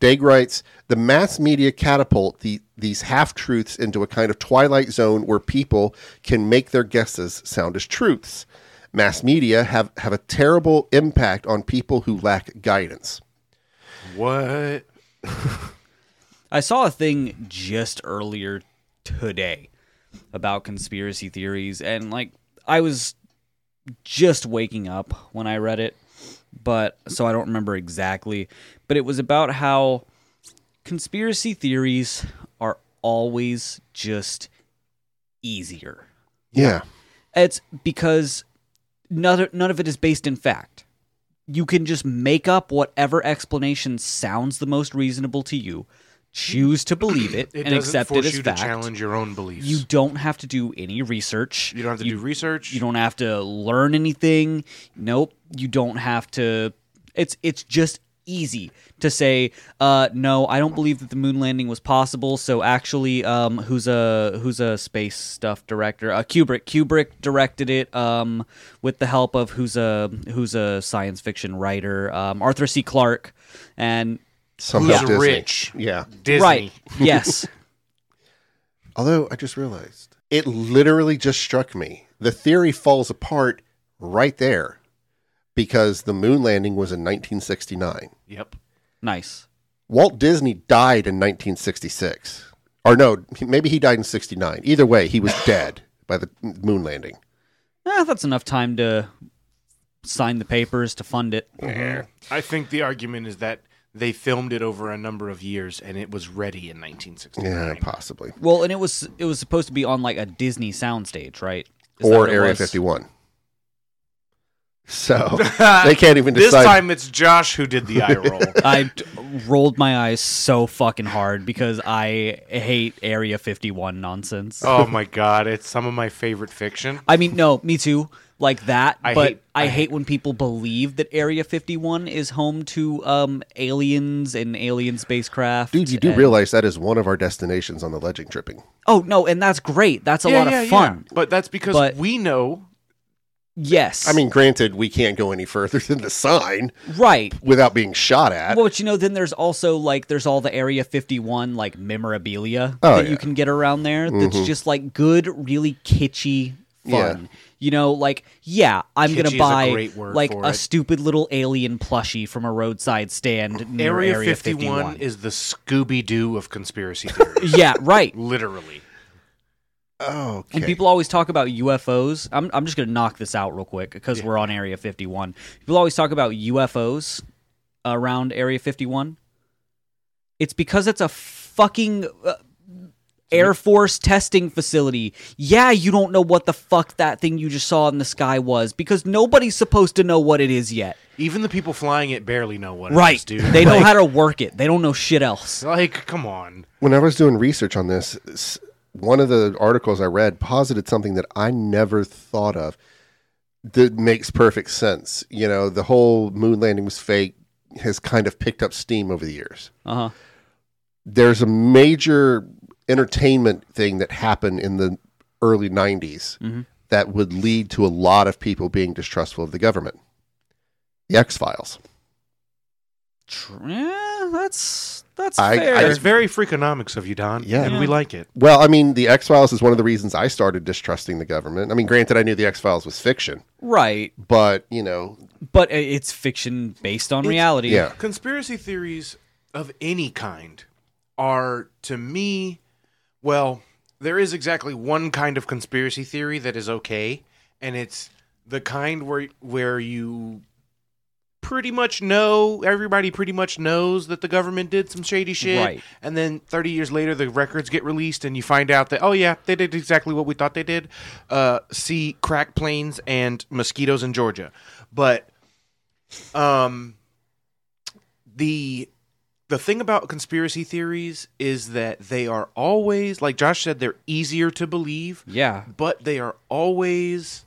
[SPEAKER 3] Daig writes The mass media catapult the, these half truths into a kind of twilight zone where people can make their guesses sound as truths. Mass media have, have a terrible impact on people who lack guidance.
[SPEAKER 2] What?
[SPEAKER 1] I saw a thing just earlier today about conspiracy theories, and like I was just waking up when I read it, but so I don't remember exactly. But it was about how conspiracy theories are always just easier.
[SPEAKER 3] Yeah.
[SPEAKER 1] It's because none, none of it is based in fact. You can just make up whatever explanation sounds the most reasonable to you, choose to believe it,
[SPEAKER 2] It
[SPEAKER 1] and
[SPEAKER 2] doesn't
[SPEAKER 1] accept
[SPEAKER 2] force
[SPEAKER 1] it as
[SPEAKER 2] you
[SPEAKER 1] fact.
[SPEAKER 2] to challenge your own beliefs.
[SPEAKER 1] You don't have to do any research.
[SPEAKER 2] You don't have to do research.
[SPEAKER 1] You don't have to learn anything. Nope. You don't have to. It's it's just easy to say. Uh, no, I don't believe that the moon landing was possible. So actually, um, who's a who's a space stuff director? Uh, Kubrick. Kubrick directed it. Um, with the help of who's a who's a science fiction writer, um, Arthur C. Clarke, and
[SPEAKER 3] Somehow
[SPEAKER 2] Who's
[SPEAKER 3] Disney.
[SPEAKER 2] rich?
[SPEAKER 3] Yeah.
[SPEAKER 2] Disney.
[SPEAKER 1] right. Yes.
[SPEAKER 3] Although I just realized it literally just struck me. The theory falls apart right there because the moon landing was in 1969.
[SPEAKER 2] Yep.
[SPEAKER 1] nice.
[SPEAKER 3] Walt Disney died in 1966. Or no, maybe he died in 69. Either way, he was dead by the moon landing.
[SPEAKER 1] Eh, that's enough time to sign the papers to fund it.
[SPEAKER 2] I think the argument is that they filmed it over a number of years and it was ready in 1969.
[SPEAKER 3] Yeah, possibly.
[SPEAKER 1] Well, and it was it was supposed to be on like a Disney soundstage, right? Is that
[SPEAKER 3] Or
[SPEAKER 1] what it
[SPEAKER 3] Area
[SPEAKER 1] was?
[SPEAKER 3] 51. So they can't even
[SPEAKER 2] This
[SPEAKER 3] decide.
[SPEAKER 2] time it's Josh who did the eye roll.
[SPEAKER 1] I d- rolled my eyes so fucking hard because I hate Area 51 nonsense.
[SPEAKER 2] oh my god, it's some of my favorite fiction.
[SPEAKER 1] I mean, no, me too. Like that,
[SPEAKER 2] I
[SPEAKER 1] but
[SPEAKER 2] hate-
[SPEAKER 1] I, hate, when people believe that Area 51 is home to um, aliens and alien spacecraft.
[SPEAKER 3] Dude, you do
[SPEAKER 1] and-
[SPEAKER 3] realize that is one of our destinations on the legend tripping.
[SPEAKER 1] Oh no, and that's great. That's a lot of fun.
[SPEAKER 2] But that's because
[SPEAKER 1] But-
[SPEAKER 2] we know
[SPEAKER 1] Yes,
[SPEAKER 3] I mean, granted, we can't go any further than the sign
[SPEAKER 1] right.
[SPEAKER 3] without being shot at.
[SPEAKER 1] Well, but you know, then there's also like there's all the Area 51 like memorabilia
[SPEAKER 3] Oh,
[SPEAKER 1] that
[SPEAKER 3] yeah. Mm-hmm.
[SPEAKER 1] you can get around there. That's just like good, really kitschy
[SPEAKER 3] Yeah.
[SPEAKER 1] fun. You know, like yeah, I'm
[SPEAKER 2] Kitschy is
[SPEAKER 1] gonna
[SPEAKER 2] a
[SPEAKER 1] buy
[SPEAKER 2] great word
[SPEAKER 1] like
[SPEAKER 2] for
[SPEAKER 1] a
[SPEAKER 2] it.
[SPEAKER 1] stupid little alien plushie from a roadside stand near
[SPEAKER 2] Area,
[SPEAKER 1] Area,
[SPEAKER 2] 51,
[SPEAKER 1] 51.
[SPEAKER 2] is the Scooby Doo of conspiracy theories.
[SPEAKER 1] yeah, right.
[SPEAKER 2] Literally.
[SPEAKER 3] okay.
[SPEAKER 1] And people always talk about UFOs. I'm, I'm just going to knock this out real quick because we're on Area 51. People always talk about UFOs around Area 51. It's because it's a fucking uh, Air Force testing facility. Yeah, you don't know what the fuck that thing you just saw in the sky was because nobody's supposed to know what it is yet.
[SPEAKER 2] Even the people flying it barely know what it is, dude.
[SPEAKER 1] They know how to work it, they don't know shit else.
[SPEAKER 2] like, come on.
[SPEAKER 3] when I was doing research on this, s- one of the articles I read posited something that I never thought of that makes perfect sense. You know, the whole moon landing was fake has kind of picked up steam over the years.
[SPEAKER 1] Uh huh.
[SPEAKER 3] There's a major entertainment thing that happened in the early 90s
[SPEAKER 1] Mm-hmm.
[SPEAKER 3] that would lead to a lot of people being distrustful of the government. The X Files.
[SPEAKER 1] Tr- yeah, that's that's
[SPEAKER 3] I- I
[SPEAKER 1] fair.
[SPEAKER 3] Sure.
[SPEAKER 2] It's very freakonomics of you, Don.
[SPEAKER 3] Yeah.
[SPEAKER 2] And we like it.
[SPEAKER 3] Well, I mean, the X Files is one of the reasons I started distrusting the government. I mean, granted, I knew the X Files was fiction,
[SPEAKER 1] right.
[SPEAKER 3] but you know,
[SPEAKER 1] but i- it's fiction based on reality.
[SPEAKER 3] yeah,
[SPEAKER 2] Conspiracy theories of any kind are, to me, well, there is exactly one kind of conspiracy theory that is okay, and it's the kind where where you pretty much know everybody pretty much knows that the government did some shady shit
[SPEAKER 1] Right.
[SPEAKER 2] and then 30 years later the records get released and you find out that oh yeah they did exactly what we thought they did uh see crack planes and mosquitoes in Georgia but um the the thing about conspiracy theories is that they are always like Josh said they're easier to believe
[SPEAKER 1] Yeah.
[SPEAKER 2] but they are always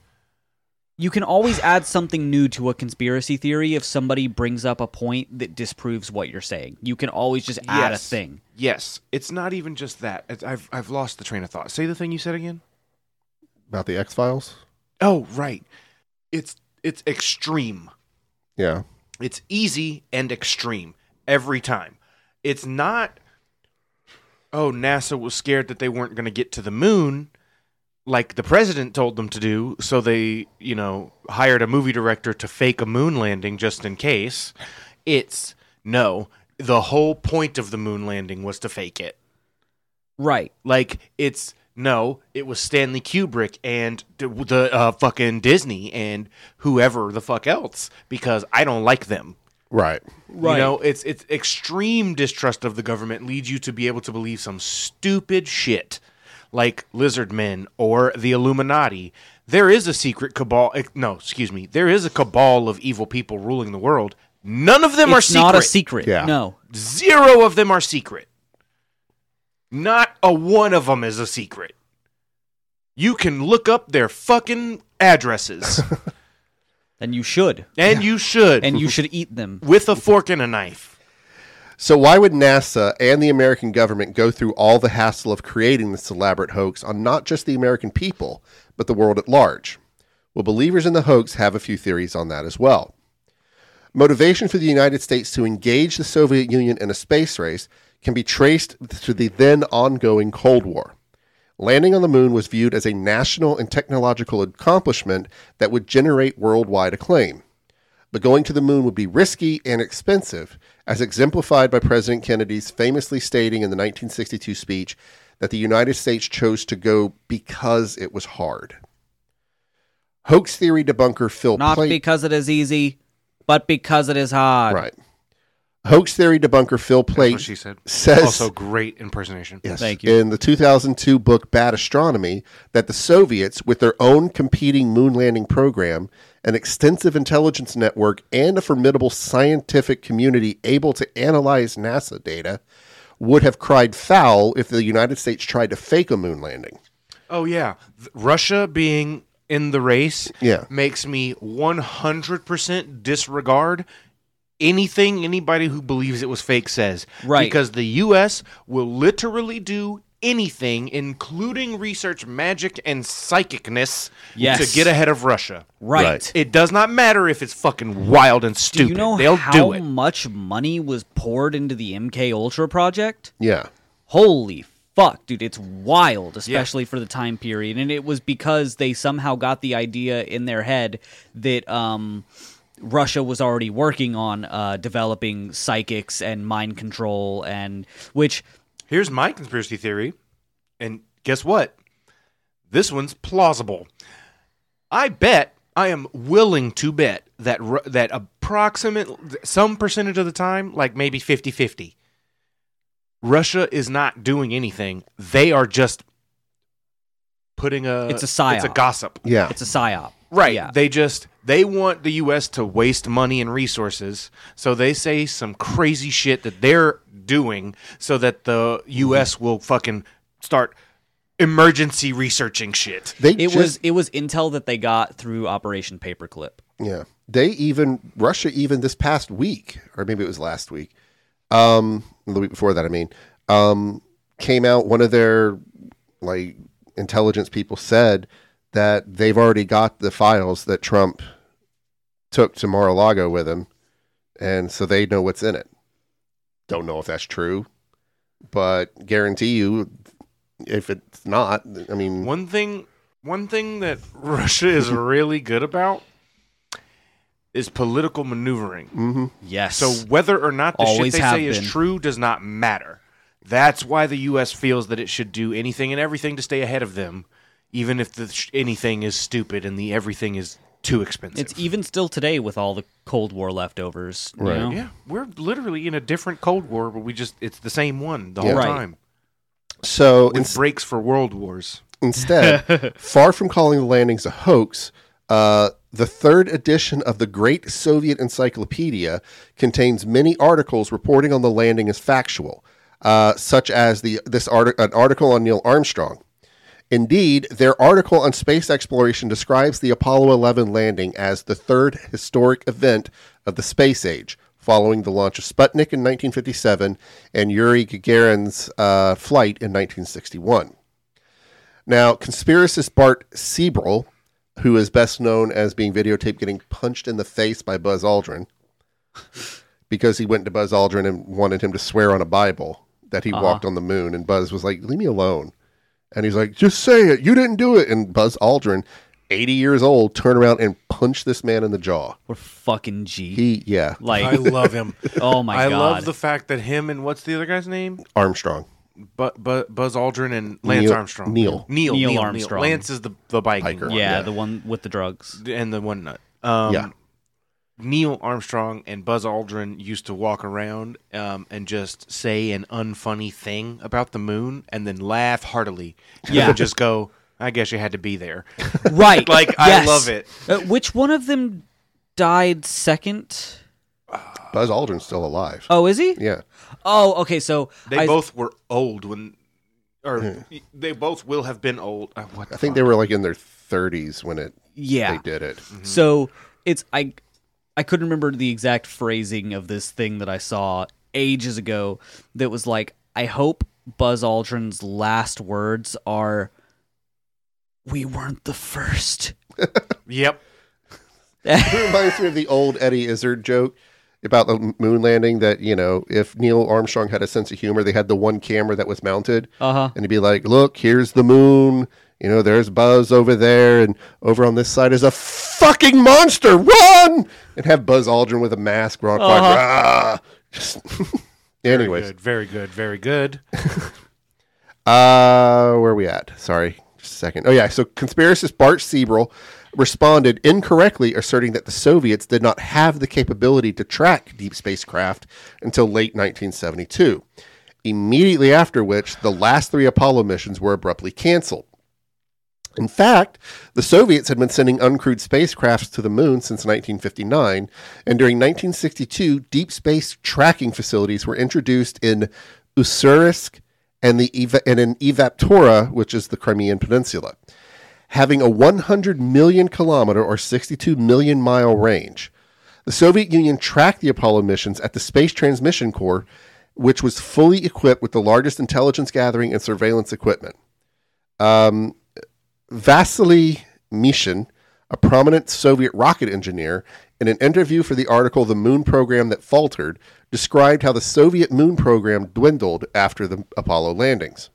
[SPEAKER 1] You can always add something new to a conspiracy theory if somebody brings up a point that disproves what you're saying. You can always just add a
[SPEAKER 2] Yes.
[SPEAKER 1] thing.
[SPEAKER 2] yes it's not even just that it's, I've I've lost the train of thought say the thing you said again
[SPEAKER 3] about the X Files.
[SPEAKER 2] oh right it's it's extreme
[SPEAKER 3] Yeah,
[SPEAKER 2] It's easy and extreme every time. It's not, oh, NASA was scared that they weren't going to get to the moon like the president told them to do. So they, you know, hired a movie director to fake a moon landing just in case. It's no, the whole point of the moon landing was to fake it.
[SPEAKER 1] Right.
[SPEAKER 2] Like it's no, it was Stanley Kubrick and the, the uh, fucking Disney and whoever the fuck else because I don't like them.
[SPEAKER 3] right.
[SPEAKER 1] Right.
[SPEAKER 2] You know, it's it's extreme distrust of the government leads you to be able to believe some stupid shit like lizard men or the Illuminati. There is a secret cabal. eh, No, excuse me. There is a cabal of evil people ruling the world. None of them are
[SPEAKER 1] It's
[SPEAKER 2] secret.
[SPEAKER 1] not a secret.
[SPEAKER 3] Yeah.
[SPEAKER 1] No.
[SPEAKER 2] Zero of them are secret. Not a one of them is a secret. You can look up their fucking addresses,
[SPEAKER 1] And you should.
[SPEAKER 2] and you should,
[SPEAKER 1] And you should eat them.
[SPEAKER 2] with a fork and a knife.
[SPEAKER 3] So why would NASA and the American government go through all the hassle of creating this elaborate hoax on not just the American people, but the world at large? Well, believers in the hoax have a few theories on that as well. Motivation for the United States to engage the Soviet Union in a space race can be traced to the then ongoing Cold War. Landing on the moon was viewed as a national and technological accomplishment that would generate worldwide acclaim. But going to the moon would be risky and expensive, as exemplified by President Kennedy's famously stating in the 1962 speech that the United States chose to go because it was hard. Hoax theory debunker Phil
[SPEAKER 1] Not
[SPEAKER 3] Plait-
[SPEAKER 1] because it is easy, but because it is hard.
[SPEAKER 3] Right. Hoax theory debunker Phil
[SPEAKER 2] That's
[SPEAKER 3] Plait
[SPEAKER 2] what she said.
[SPEAKER 3] says
[SPEAKER 2] Also, great impersonation.
[SPEAKER 3] Yes.
[SPEAKER 1] Thank you.
[SPEAKER 3] In the 2002 book Bad Astronomy, that the Soviets, with their own competing moon landing program, an extensive intelligence network, and a formidable scientific community able to analyze NASA data, would have cried foul if the United States tried to fake a moon landing.
[SPEAKER 2] Oh yeah, Th- Russia being in the race
[SPEAKER 3] Yeah.
[SPEAKER 2] makes me 100% disregard anything anybody who believes it was fake says.
[SPEAKER 1] Right.
[SPEAKER 2] Because the US will literally do anything including research magic and psychicness
[SPEAKER 1] Yes.
[SPEAKER 2] to get ahead of Russia.
[SPEAKER 1] Right.
[SPEAKER 3] Right.
[SPEAKER 2] It does not matter if it's fucking wild and
[SPEAKER 1] Do
[SPEAKER 2] stupid.
[SPEAKER 1] you know
[SPEAKER 2] They'll
[SPEAKER 1] how
[SPEAKER 2] do it.
[SPEAKER 1] much money was poured into the MK Ultra project?
[SPEAKER 3] Yeah.
[SPEAKER 1] holy fuck dude it's wild especially for the time period and it was because they somehow got the idea in their head that um Russia was already working on uh, developing psychics and mind control, and which
[SPEAKER 2] Here's my conspiracy theory. And guess what? This one's plausible. I bet, I am willing to bet that ru- that approximate some percentage of the time, like maybe 50-50, Russia is not doing anything. They are just putting a
[SPEAKER 1] It's a psyop.
[SPEAKER 2] It's a gossip.
[SPEAKER 3] Yeah.
[SPEAKER 1] it's a psyop,
[SPEAKER 2] Right.
[SPEAKER 1] Yeah,
[SPEAKER 2] They just they want the US to waste money and resources, so they say some crazy shit that they're doing so that the US will fucking start emergency researching shit.
[SPEAKER 3] They
[SPEAKER 1] it
[SPEAKER 3] just-
[SPEAKER 1] was it was intel that they got through Operation Paperclip.
[SPEAKER 3] Yeah. They even Russia even this past week, or maybe it was last week, um, the week before that I mean, um, came out one of their like intelligence people said that they've already got the files that Trump took to Mar-a-Lago with him, and so they know what's in it. Don't know if that's true, but guarantee you if it's not, I mean
[SPEAKER 2] One thing one thing that Russia is really good about is political maneuvering.
[SPEAKER 3] mhm.
[SPEAKER 1] Yes,
[SPEAKER 2] So whether or not the
[SPEAKER 1] Always
[SPEAKER 2] shit they
[SPEAKER 1] have
[SPEAKER 2] say is
[SPEAKER 1] been.
[SPEAKER 2] true does not matter. That's why the U.S. feels that it should do anything and everything to stay ahead of them, even if the sh- anything is stupid and the everything is too expensive.
[SPEAKER 1] it's even still today with all the Cold War leftovers. you
[SPEAKER 3] Right.
[SPEAKER 1] know?
[SPEAKER 2] yeah, we're literally in a different Cold War, but we just it's the same one the whole
[SPEAKER 1] Right.
[SPEAKER 2] time.
[SPEAKER 3] so
[SPEAKER 2] With breaks for world wars.
[SPEAKER 3] Instead, far from calling the landings a hoax, uh, the third edition of the Great Soviet Encyclopedia contains many articles reporting on the landing as factual, uh, such as the this arti- an article on Neil Armstrong. Indeed, their article on space exploration describes the Apollo 11 landing as the third historic event of the space age, following the launch of Sputnik in 1957 and Yuri Gagarin's uh, flight in 1961. Now, conspiracist Bart Siebel, who is best known as being videotaped getting punched in the face by Buzz Aldrin, because he went to Buzz Aldrin and wanted him to swear on a Bible that he
[SPEAKER 1] Uh-huh.
[SPEAKER 3] walked on the moon, and Buzz was like, "Leave me alone," and he's like, "Just say it. You didn't do it." And Buzz Aldrin, eighty years old, turned around and punched this man in the jaw.
[SPEAKER 1] we're fucking G.
[SPEAKER 3] He, yeah,
[SPEAKER 1] like,
[SPEAKER 2] love him.
[SPEAKER 1] oh my
[SPEAKER 2] I
[SPEAKER 1] god,
[SPEAKER 2] love the fact that him and what's the other guy's name?
[SPEAKER 3] Armstrong.
[SPEAKER 2] Bu- Bu- Buzz Aldrin and Lance
[SPEAKER 3] Neil-
[SPEAKER 2] Armstrong.
[SPEAKER 3] Neil.
[SPEAKER 2] Neil.
[SPEAKER 1] Neil Armstrong.
[SPEAKER 2] Lance is the the biker.
[SPEAKER 3] Biker.
[SPEAKER 2] one.
[SPEAKER 1] yeah,
[SPEAKER 3] yeah.
[SPEAKER 1] the one with the drugs.
[SPEAKER 2] and the one nut. Um,
[SPEAKER 3] Yeah.
[SPEAKER 2] Neil Armstrong and Buzz Aldrin used to walk around um, and just say an unfunny thing about the moon and then laugh heartily. And
[SPEAKER 1] Yeah.
[SPEAKER 2] then just go, I guess you had to be there.
[SPEAKER 1] Right,
[SPEAKER 2] Like, I
[SPEAKER 1] yes.
[SPEAKER 2] love it.
[SPEAKER 1] Uh, which one of them died second?
[SPEAKER 3] Buzz Aldrin's still alive.
[SPEAKER 1] Oh, is he?
[SPEAKER 3] Yeah,
[SPEAKER 1] Oh, okay. So
[SPEAKER 2] They
[SPEAKER 1] I,
[SPEAKER 2] both were old when, or they both will have been old. Uh, what
[SPEAKER 3] Hmm. I think they were like in their thirties when it
[SPEAKER 1] yeah.
[SPEAKER 3] they did it.
[SPEAKER 1] So it's I I couldn't remember the exact phrasing of this thing that I saw ages ago that was like I hope Buzz Aldrin's last words are we weren't the first.
[SPEAKER 2] Yep.
[SPEAKER 3] It reminds me of the old Eddie Izzard joke about the moon landing that, you know, if Neil Armstrong had a sense of humor, they had the one camera that was mounted
[SPEAKER 1] Uh-huh.
[SPEAKER 3] and he'd be like, look, here's the moon. You know, there's Buzz over there. And over on this side is a fucking monster. Run! And have Buzz Aldrin with a mask. Ron Clark, "Ah!" Just
[SPEAKER 2] Very
[SPEAKER 3] Anyways,
[SPEAKER 2] good. Very good. Very good.
[SPEAKER 3] uh, where are we at? Sorry. second. Oh yeah, so conspiracist Bart Siebel responded incorrectly, asserting that the Soviets did not have the capability to track deep spacecraft until late 1972. Immediately after which, the last three Apollo missions were abruptly canceled. In fact, the Soviets had been sending uncrewed spacecrafts to the moon since 1959, and during 1962, deep space tracking facilities were introduced in Usurisk and the Eva- and in Evaptora, which is the Crimean Peninsula, having a 100 million kilometer or 62 million mile range. The Soviet Union tracked the Apollo missions at the Space Transmission Corps, which was fully equipped with the largest intelligence gathering and surveillance equipment. Vasily Mishin, a prominent Soviet rocket engineer, in an interview for the article The Moon Program That Faltered, described how the Soviet moon program dwindled after the Apollo landings.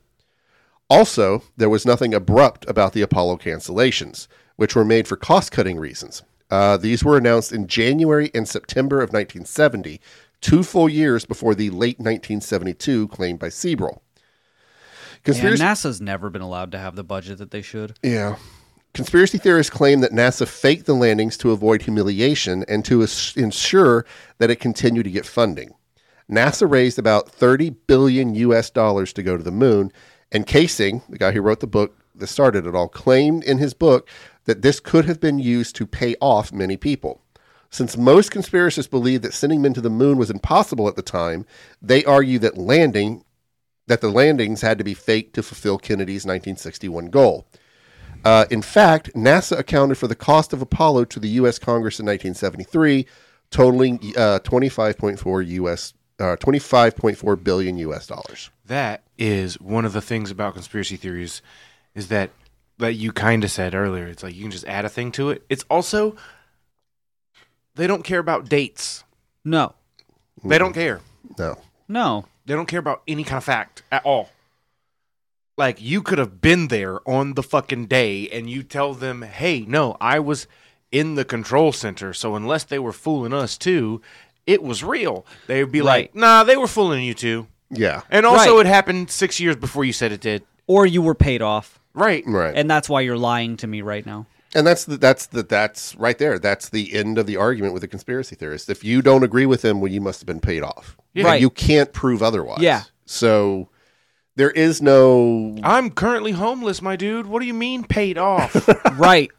[SPEAKER 3] Also, there was nothing abrupt about the Apollo cancellations, which were made for cost cutting reasons. Uh, these were announced in January and September of 1970, two full years before the late 1972 claimed by Siebel.
[SPEAKER 1] And NASA's never been allowed to have the budget that they should.
[SPEAKER 3] Yeah. Conspiracy theorists claim that NASA faked the landings to avoid humiliation and to ins- ensure that it continued to get funding. NASA raised about 30 billion US dollars to go to the moon, and Casing, the guy who wrote the book that started it all, claimed in his book that this could have been used to pay off many people. Since most conspiracists believe that sending men to the moon was impossible at the time, they argue that landing that the landings had to be faked to fulfill Kennedy's 1961 goal. Uh, in fact, NASA accounted for the cost of Apollo to the U.S. Congress in 1973, totaling uh, 25.4 U.S. Uh, 25.4 billion U.S. dollars.
[SPEAKER 2] That is one of the things about conspiracy theories is that that you kind of said earlier. It's like you can just add a thing to it. It's also they don't care about dates.
[SPEAKER 1] No,
[SPEAKER 2] They don't
[SPEAKER 1] Mm-hmm.
[SPEAKER 2] care.
[SPEAKER 3] No,
[SPEAKER 1] no.
[SPEAKER 2] They don't care about any kind of fact at all. Like you could have been there on the fucking day and you tell them, "Hey, no, I was in the control center." So unless they were fooling us too, it was real. They would be
[SPEAKER 1] Right.
[SPEAKER 2] like, "Nah, they were fooling you too."
[SPEAKER 3] yeah,
[SPEAKER 2] And also
[SPEAKER 1] Right.
[SPEAKER 2] it happened 6 years before you said it did.
[SPEAKER 1] Or you were paid off,
[SPEAKER 2] Right.
[SPEAKER 3] right.
[SPEAKER 1] and that's why you're lying to me right now.
[SPEAKER 3] And that's the, that's the, that's right there. That's the end of the argument with a conspiracy theorist. If you don't agree with them, well, you must have been paid off.
[SPEAKER 1] Yeah. Right.
[SPEAKER 3] And you can't prove otherwise.
[SPEAKER 1] Yeah.
[SPEAKER 3] So there is no.
[SPEAKER 2] I'm currently homeless, my dude. What do you mean paid off?
[SPEAKER 1] right.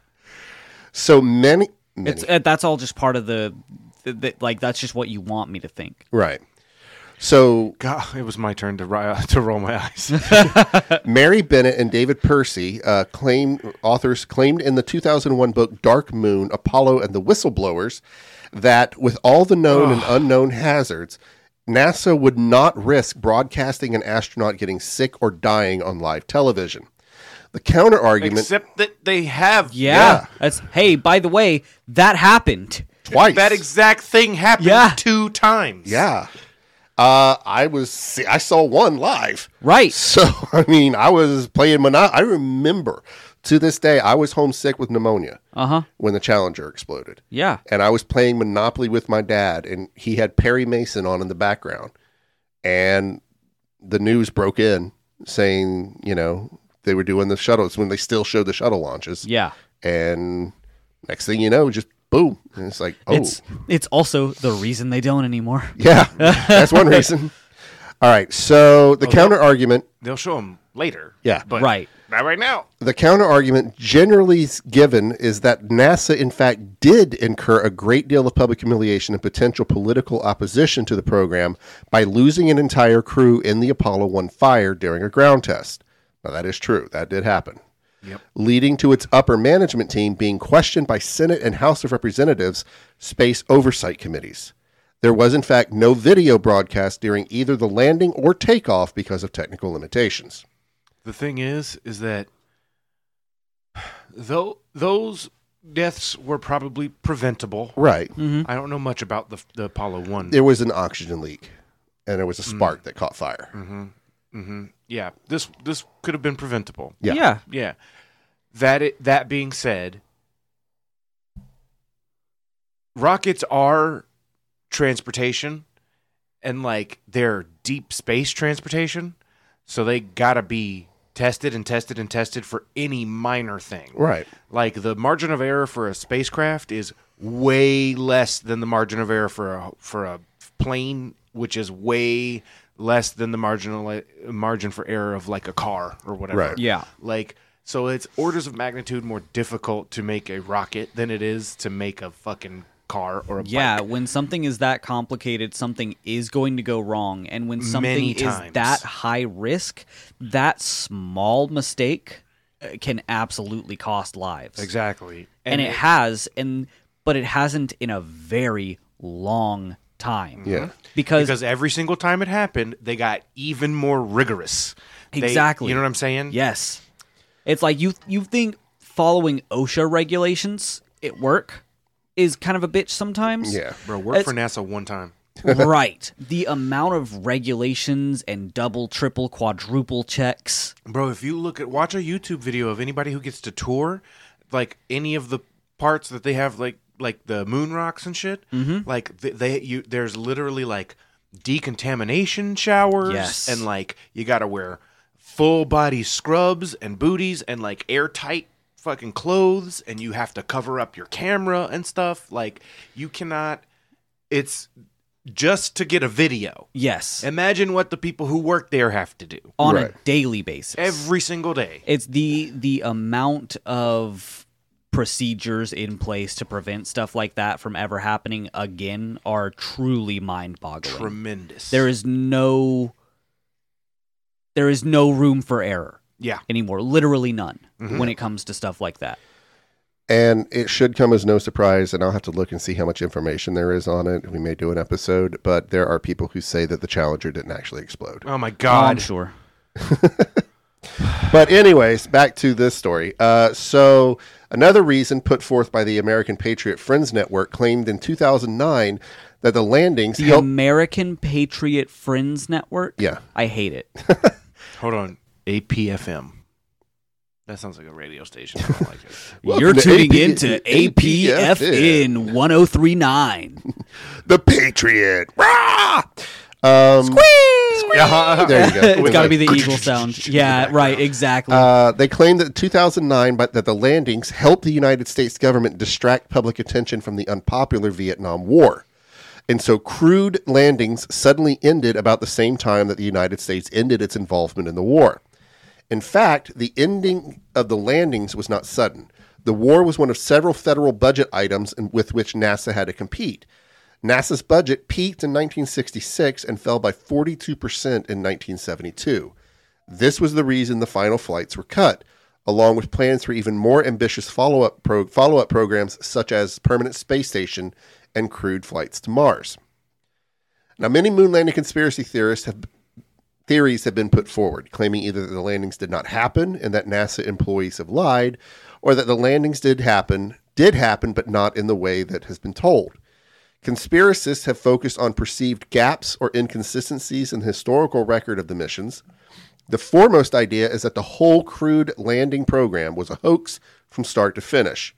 [SPEAKER 3] So many. many
[SPEAKER 1] It's uh, that's all just part of the, the, the like that's just what you want me to think.
[SPEAKER 3] right. So
[SPEAKER 2] God, it was my turn to ri- to roll my eyes.
[SPEAKER 3] Mary Bennett and David Percy, uh, claim authors, claimed in the 2001 book Dark Moon: Apollo and the Whistleblowers that with all the known and unknown hazards, NASA would not risk broadcasting an astronaut getting sick or dying on live television. The counter argument
[SPEAKER 2] Except that they have
[SPEAKER 1] Yeah. That's hey, by the way, that happened.
[SPEAKER 3] twice
[SPEAKER 2] That exact thing happened
[SPEAKER 1] Yeah.
[SPEAKER 2] two times.
[SPEAKER 3] yeah. Uh, I was I saw one live.
[SPEAKER 1] Right.
[SPEAKER 3] So I mean, I was playing Monopoly. I remember to this day I was homesick with pneumonia
[SPEAKER 1] Uh-huh.
[SPEAKER 3] when the Challenger exploded.
[SPEAKER 1] Yeah.
[SPEAKER 3] and I was playing Monopoly with my dad, and he had Perry Mason on in the background, and the news broke in saying, you know, they were doing the shuttles when they still showed the shuttle launches,
[SPEAKER 1] Yeah.
[SPEAKER 3] and next thing you know, just boom, and it's like, oh,
[SPEAKER 1] It's it's also the reason they don't anymore.
[SPEAKER 3] yeah, that's one reason. All right, so
[SPEAKER 1] Oh,
[SPEAKER 3] the counter argument,
[SPEAKER 2] They'll show them later.
[SPEAKER 3] yeah,
[SPEAKER 2] But
[SPEAKER 1] Right.
[SPEAKER 2] Not right now.
[SPEAKER 3] The counter argument generally s- given is that NASA, in fact, did incur a great deal of public humiliation and potential political opposition to the program by losing an entire crew in the Apollo 1 fire during a ground test. Now, that is true. That did happen.
[SPEAKER 2] Yep.
[SPEAKER 3] Leading to its upper management team being questioned by Senate and House of Representatives space oversight committees. There was, in fact, no video broadcast during either the landing or takeoff because of technical limitations.
[SPEAKER 2] The thing is, is that though those deaths were probably preventable.
[SPEAKER 3] Right.
[SPEAKER 1] Mm-hmm.
[SPEAKER 2] I don't know much about the the Apollo one.
[SPEAKER 3] there was an oxygen leak and there was
[SPEAKER 1] Hmm.
[SPEAKER 3] a spark that caught fire.
[SPEAKER 2] hmm Yeah. This this could have been preventable.
[SPEAKER 3] Yeah.
[SPEAKER 1] yeah.
[SPEAKER 2] Yeah. That it, that being said, rockets are transportation and like they're deep space transportation, so they got to be tested and tested and tested for any minor thing.
[SPEAKER 3] Right.
[SPEAKER 2] Like the margin of error for a spacecraft is way less than the margin of error for a for a plane, which is way less than the marginal margin for error of like a car or whatever.
[SPEAKER 3] Right.
[SPEAKER 1] Yeah.
[SPEAKER 2] Like so it's orders of magnitude more difficult to make a rocket than it is to make a fucking car or a
[SPEAKER 1] Yeah,
[SPEAKER 2] bike.
[SPEAKER 1] when something is that complicated, something is going to go wrong. And when something
[SPEAKER 2] Many
[SPEAKER 1] is
[SPEAKER 2] times.
[SPEAKER 1] that high risk, that small mistake uh, can absolutely cost lives.
[SPEAKER 2] Exactly.
[SPEAKER 1] And, it, has and but it hasn't in a very long time.
[SPEAKER 3] Yeah.
[SPEAKER 1] Because,
[SPEAKER 2] because every single time it happened, they got even more rigorous. They-
[SPEAKER 1] Exactly.
[SPEAKER 2] you know what I'm saying?
[SPEAKER 1] yes. It's like you you think following OSHA regulations at work is kind of a bitch sometimes.
[SPEAKER 3] Yeah.
[SPEAKER 2] Bro, work
[SPEAKER 1] It's-
[SPEAKER 2] for NASA one time.
[SPEAKER 1] right. The amount of regulations and double, triple, quadruple checks.
[SPEAKER 2] Bro, if you look at watch a YouTube video of anybody who gets to tour, like any of the parts that they have, like like the moon rocks and shit, like they, they you there's literally like decontamination showers
[SPEAKER 1] Yes.
[SPEAKER 2] and like you gotta wear full body scrubs and booties and like airtight fucking clothes and you have to cover up your camera and stuff. Like you cannot. It's just to get a video.
[SPEAKER 1] Yes.
[SPEAKER 2] Imagine what the people who work there have to do
[SPEAKER 1] on a
[SPEAKER 3] Right.
[SPEAKER 1] daily basis.
[SPEAKER 2] every single day.
[SPEAKER 1] it's the the amount of procedures in place to prevent stuff like that from ever happening again are truly mind-boggling.
[SPEAKER 2] Tremendous.
[SPEAKER 1] there is no there is no room for error
[SPEAKER 2] yeah.
[SPEAKER 1] anymore, literally none
[SPEAKER 3] Mm-hmm.
[SPEAKER 1] when it comes to stuff like that.
[SPEAKER 3] And it should come as no surprise, and I'll have to look and see how much information there is on it. We may do an episode, but there are people who say that the Challenger didn't actually explode.
[SPEAKER 2] Oh
[SPEAKER 1] Oh,
[SPEAKER 2] my
[SPEAKER 1] I'm
[SPEAKER 2] god.
[SPEAKER 1] sure.
[SPEAKER 3] But, anyways, back to this story. Uh, so, another reason put forth by the American Patriot Friends Network claimed in 2009 that the landings
[SPEAKER 1] The
[SPEAKER 3] helped.
[SPEAKER 1] American Patriot Friends Network.
[SPEAKER 3] Yeah.
[SPEAKER 1] I hate it.
[SPEAKER 2] Hold on. APFM. That sounds like a radio station. I don't like it.
[SPEAKER 3] Welcome
[SPEAKER 1] You're
[SPEAKER 3] to
[SPEAKER 1] tuning
[SPEAKER 3] AP
[SPEAKER 1] in to
[SPEAKER 3] APFN.
[SPEAKER 1] APFN 1039.
[SPEAKER 3] The Patriot. Rah! Um, Squee!
[SPEAKER 2] Yeah.
[SPEAKER 3] There you go.
[SPEAKER 1] it's
[SPEAKER 3] With
[SPEAKER 1] got to
[SPEAKER 3] like-
[SPEAKER 1] be the eagle sound. Yeah, right, exactly.
[SPEAKER 3] Uh, they claimed that 2009, but that the landings helped the United States government distract public attention from the unpopular Vietnam War. And so crude landings suddenly ended about the same time that the United States ended its involvement in the war. In fact, the ending of the landings was not sudden. The war was one of several federal budget items in- with which NASA had to compete. NASA's budget peaked in 1966 and fell by 42% in 1972. This was the reason the final flights were cut, along with plans for even more ambitious follow-up pro- follow-up programs such as permanent space station and crewed flights to Mars. Now, many moon landing conspiracy theorists have theories have been put forward, claiming either that the landings did not happen and that NASA employees have lied, or that the landings did happen, did happen, but not in the way that has been told. Conspiracists have focused on perceived gaps or inconsistencies in the historical record of the missions. The foremost idea is that the whole crude landing program was a hoax from start to finish.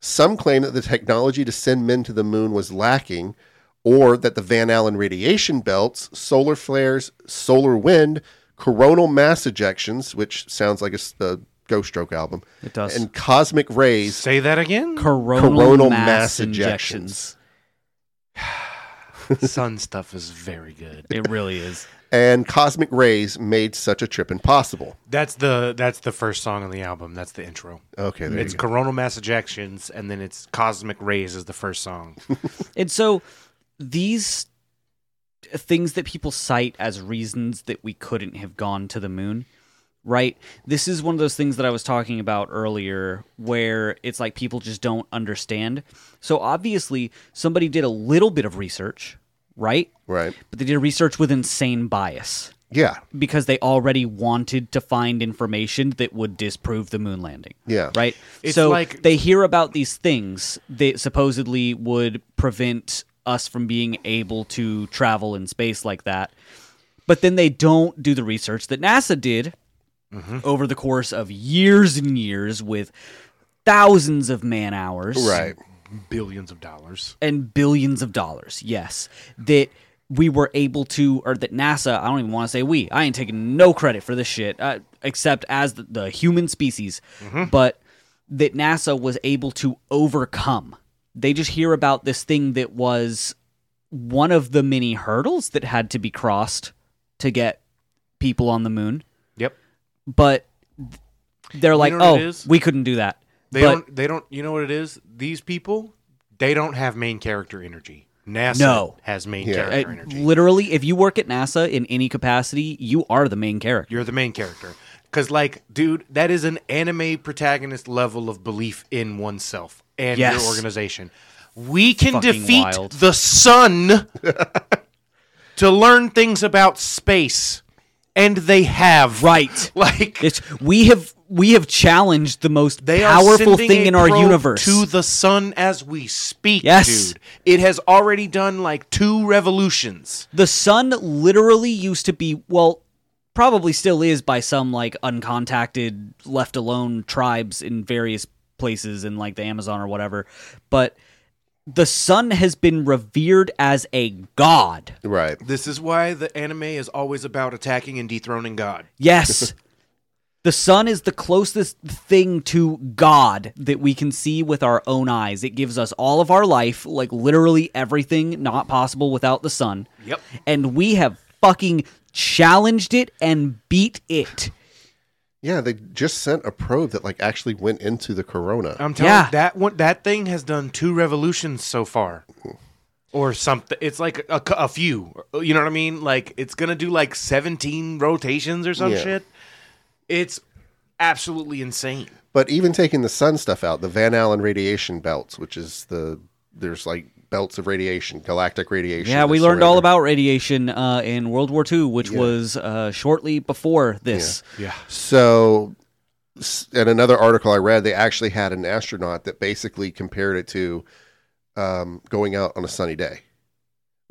[SPEAKER 3] Some claim that the technology to send men to the moon was lacking, or that the Van Allen radiation belts, solar flares, solar wind, coronal mass ejections, which sounds like a, s- a Ghost Stroke album,
[SPEAKER 1] It does.
[SPEAKER 3] and cosmic rays.
[SPEAKER 2] Say that again.
[SPEAKER 1] coronal,
[SPEAKER 3] coronal
[SPEAKER 1] mass,
[SPEAKER 3] mass
[SPEAKER 1] injections.
[SPEAKER 2] Sun stuff is very good.
[SPEAKER 1] It really is.
[SPEAKER 3] And cosmic rays made such a trip impossible.
[SPEAKER 2] That's the that's the first song on the album. That's the intro.
[SPEAKER 3] Okay, there
[SPEAKER 2] It's
[SPEAKER 3] you go.
[SPEAKER 2] Coronal Mass Ejections, and then it's Cosmic Rays is the first song.
[SPEAKER 1] And so these things that people cite as reasons that we couldn't have gone to the moon, right? This is one of those things that I was talking about earlier where it's like people just don't understand. So obviously, somebody did a little bit of research, right?
[SPEAKER 3] Right.
[SPEAKER 1] But they did research with insane bias
[SPEAKER 3] Yeah.
[SPEAKER 1] because they already wanted to find information that would disprove the moon landing.
[SPEAKER 3] Yeah.
[SPEAKER 1] right?
[SPEAKER 2] It's
[SPEAKER 1] so
[SPEAKER 2] like-
[SPEAKER 1] they hear about these things that supposedly would prevent us from being able to travel in space like that, but then they don't do the research that NASA did
[SPEAKER 3] Mm-hmm.
[SPEAKER 1] over the course of years and years with thousands of man hours,
[SPEAKER 3] Right.
[SPEAKER 2] Billions of dollars.
[SPEAKER 1] and billions of dollars. Yes, that we were able to, or that NASA, I don't even want to say we, I ain't taking no credit for this shit, uh, except as the, the human species,
[SPEAKER 2] Mm-hmm.
[SPEAKER 1] but that NASA was able to overcome. They just hear about this thing that was one of the many hurdles that had to be crossed to get people on the moon,
[SPEAKER 2] Yep.
[SPEAKER 1] but th- they're like,
[SPEAKER 2] know what it
[SPEAKER 1] oh,
[SPEAKER 2] is?
[SPEAKER 1] we couldn't do that.
[SPEAKER 2] They
[SPEAKER 1] but
[SPEAKER 2] don't. They don't. You know what it is? These people, they don't have main character energy. NASA
[SPEAKER 1] No.
[SPEAKER 2] has main
[SPEAKER 3] Yeah.
[SPEAKER 1] Uh,
[SPEAKER 2] character energy.
[SPEAKER 1] literally, if you work at NASA in any capacity, you are the main character.
[SPEAKER 2] You're the main character. Cause like, dude, that is an anime protagonist level of belief in oneself and
[SPEAKER 1] Yes.
[SPEAKER 2] your organization. We can
[SPEAKER 1] Fucking
[SPEAKER 2] defeat
[SPEAKER 1] wild.
[SPEAKER 2] the sun to learn things about space, and they have
[SPEAKER 1] Right.
[SPEAKER 2] Like
[SPEAKER 1] It's we have we have challenged the most
[SPEAKER 2] They
[SPEAKER 1] powerful
[SPEAKER 2] are sending
[SPEAKER 1] thing
[SPEAKER 2] a
[SPEAKER 1] in our
[SPEAKER 2] probe
[SPEAKER 1] universe.
[SPEAKER 2] to the sun as we speak,
[SPEAKER 1] Yes.
[SPEAKER 2] dude. It has already done like two revolutions.
[SPEAKER 1] the sun literally used to be well, probably still is by some like uncontacted, left alone tribes in various places in like the Amazon or whatever. But the sun has been revered as a god.
[SPEAKER 3] Right.
[SPEAKER 2] This is why the anime is always about attacking and dethroning God.
[SPEAKER 1] Yes. the sun is the closest thing to God that we can see with our own eyes. It gives us all of our life, like literally everything not possible without the sun.
[SPEAKER 2] Yep.
[SPEAKER 1] And we have fucking challenged it and beat it.
[SPEAKER 3] Yeah, they just sent a probe that like actually went into the corona.
[SPEAKER 2] I'm telling
[SPEAKER 1] Yeah.
[SPEAKER 2] you, that one that thing has done two revolutions so far. Or something. It's like a, a few. You know what I mean? Like it's going to do like 17 rotations or some
[SPEAKER 3] Yeah.
[SPEAKER 2] shit. It's absolutely insane.
[SPEAKER 3] But even taking the sun stuff out, the Van Allen radiation belts, which is the there's like belts of radiation, galactic radiation.
[SPEAKER 1] Yeah,
[SPEAKER 3] that
[SPEAKER 1] we learned all
[SPEAKER 3] surrender.
[SPEAKER 1] about radiation uh, in World War II, which was uh, shortly before this.
[SPEAKER 2] Yeah.
[SPEAKER 3] So, s- in another article I read, they actually had an astronaut that basically compared it to um, going out on a sunny day.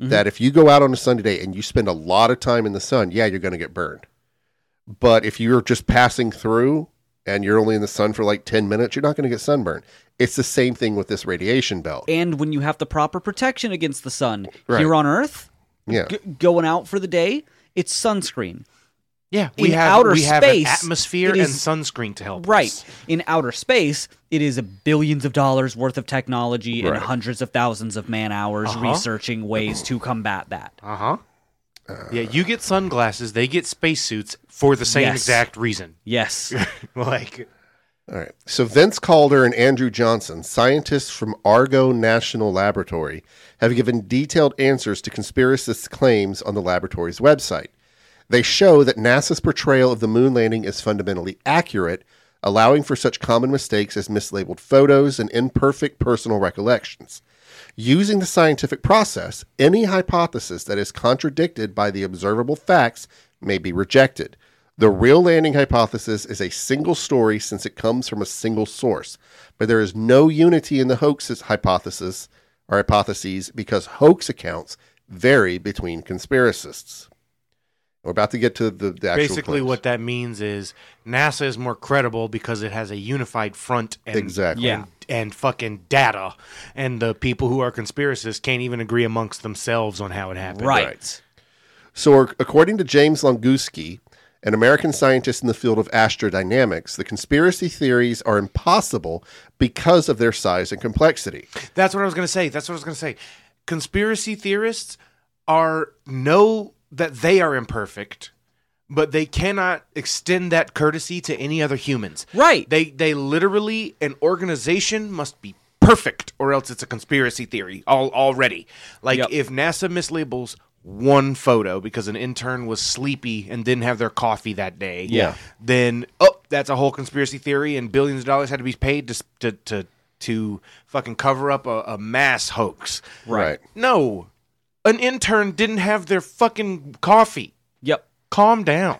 [SPEAKER 1] Mhm.
[SPEAKER 3] That if you go out on a sunny day and you spend a lot of time in the sun, yeah, you're going to get burned. But if you're just passing through and you're only in the sun for like 10 minutes, you're not going to get sunburned. It's the same thing with this radiation belt.
[SPEAKER 1] And when you have the proper protection against the sun
[SPEAKER 3] Right.
[SPEAKER 1] here on Earth,
[SPEAKER 3] Yeah.
[SPEAKER 1] g- going out for the day, it's sunscreen.
[SPEAKER 2] Yeah, we
[SPEAKER 1] In
[SPEAKER 2] have
[SPEAKER 1] outer
[SPEAKER 2] we have
[SPEAKER 1] space,
[SPEAKER 2] an atmosphere
[SPEAKER 1] it
[SPEAKER 2] and
[SPEAKER 1] is-
[SPEAKER 2] sunscreen to help.
[SPEAKER 1] Right.
[SPEAKER 2] us.
[SPEAKER 1] In outer space, it is billions of dollars worth of technology and
[SPEAKER 3] Right.
[SPEAKER 1] hundreds of thousands of man hours
[SPEAKER 2] Uh-huh.
[SPEAKER 1] researching ways to combat that.
[SPEAKER 2] Uh-huh.
[SPEAKER 3] Uh.
[SPEAKER 2] yeah, you get sunglasses, they get spacesuits for the same
[SPEAKER 1] Yes.
[SPEAKER 2] exact reason.
[SPEAKER 1] Yes.
[SPEAKER 2] like
[SPEAKER 3] All right. So Vince Calder and Andrew Johnson, scientists from Argo National Laboratory, have given detailed answers to conspiracist claims on the laboratory's website. They show that NASA's portrayal of the moon landing is fundamentally accurate, allowing for such common mistakes as mislabeled photos and imperfect personal recollections. Using the scientific process, any hypothesis that is contradicted by the observable facts may be rejected. The real landing hypothesis is a single story since it comes from a single source, but there is no unity in the hoaxes hypothesis or hypotheses because hoax accounts vary between conspiracists. We're about to get to the, the actual
[SPEAKER 2] basically
[SPEAKER 3] claims.
[SPEAKER 2] what that means is NASA is more credible because it has a unified front and
[SPEAKER 3] Exactly.
[SPEAKER 1] Yeah.
[SPEAKER 2] and, and fucking data and the people who are conspiracists can't even agree amongst themselves on how it happened.
[SPEAKER 1] right.
[SPEAKER 3] So, ac- according to James Longuski, an American scientist in the field of astrodynamics, the conspiracy theories are impossible because of their size and complexity.
[SPEAKER 2] That's what I was gonna say. That's what I was gonna say. Conspiracy theorists are know that they are imperfect, but they cannot extend that courtesy to any other humans.
[SPEAKER 1] Right.
[SPEAKER 2] They they literally an organization must be perfect or else it's a conspiracy theory all already. Like
[SPEAKER 1] Yep.
[SPEAKER 2] if NASA mislabels one photo because an intern was sleepy and didn't have their coffee that day.
[SPEAKER 3] Yeah.
[SPEAKER 2] Then oh, that's a whole conspiracy theory and billions of dollars had to be paid to to to, to fucking cover up a, a mass hoax.
[SPEAKER 3] Right.
[SPEAKER 2] No. An intern didn't have their fucking coffee.
[SPEAKER 1] Yep.
[SPEAKER 2] Calm down.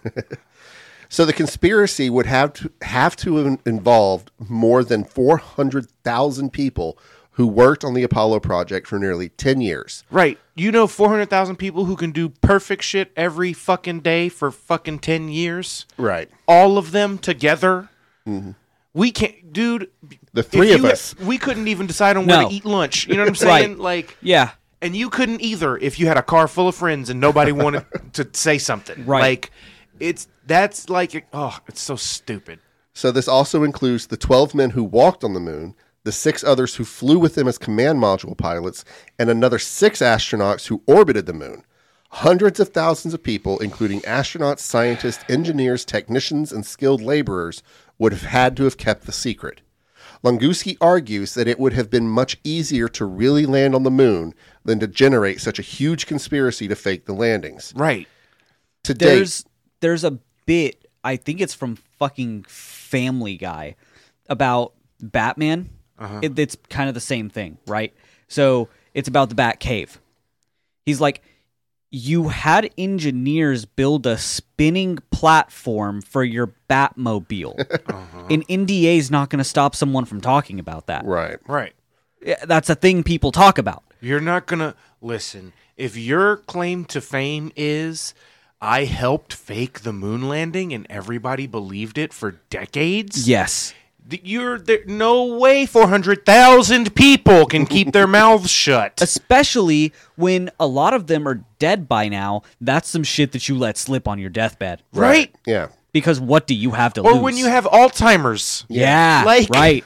[SPEAKER 3] So, the conspiracy would have to have to in- involved more than 400,000 people who worked on the Apollo project for nearly 10 years.
[SPEAKER 2] Right. You know 400,000 people who can do perfect shit every fucking day for fucking 10 years?
[SPEAKER 3] Right.
[SPEAKER 2] All of them together? We can't, dude.
[SPEAKER 3] Mm-hmm. The
[SPEAKER 2] if
[SPEAKER 3] three of
[SPEAKER 2] you-
[SPEAKER 3] us.
[SPEAKER 2] We couldn't even decide on where
[SPEAKER 1] No.
[SPEAKER 2] to eat lunch. You know what I'm
[SPEAKER 1] Right.
[SPEAKER 2] saying? Like,
[SPEAKER 1] Yeah.
[SPEAKER 2] And you couldn't either if you had a car full of friends and nobody wanted to say something.
[SPEAKER 1] Right.
[SPEAKER 2] Like it's that's like oh, it's so stupid.
[SPEAKER 3] So this also includes the 12 men who walked on the moon, the six others who flew with them as command module pilots, and another six astronauts who orbited the moon. Hundreds of thousands of people, including astronauts, scientists, engineers, technicians, and skilled laborers, would have had to have kept the secret. Longuski argues that it would have been much easier to really land on the moon than to generate such a huge conspiracy to fake the landings.
[SPEAKER 2] Right.
[SPEAKER 3] To date,
[SPEAKER 1] there's there's a bit I think it's from fucking Family Guy about Batman.
[SPEAKER 3] Uh-huh.
[SPEAKER 1] It, it's kind of the same thing, right? So it's about the Bat Cave. He's like, you had engineers build a spinning platform for your Batmobile. An NDA is not going to stop someone from talking about that.
[SPEAKER 3] Uh-huh. right.
[SPEAKER 2] Right.
[SPEAKER 1] Yeah, That's a thing people talk about.
[SPEAKER 2] You're not going to listen. If your claim to fame is I helped fake the moon landing and everybody believed it for decades,
[SPEAKER 1] Yes.
[SPEAKER 2] th- you're there no way 400,000 people can keep their mouths shut.
[SPEAKER 1] especially when a lot of them are dead by now. That's some shit that you let slip on your deathbed.
[SPEAKER 2] Right?
[SPEAKER 3] Yeah.
[SPEAKER 1] Because what do you have to lose?
[SPEAKER 2] Or when you have Alzheimer's.
[SPEAKER 1] yeah,
[SPEAKER 2] Like-
[SPEAKER 1] right.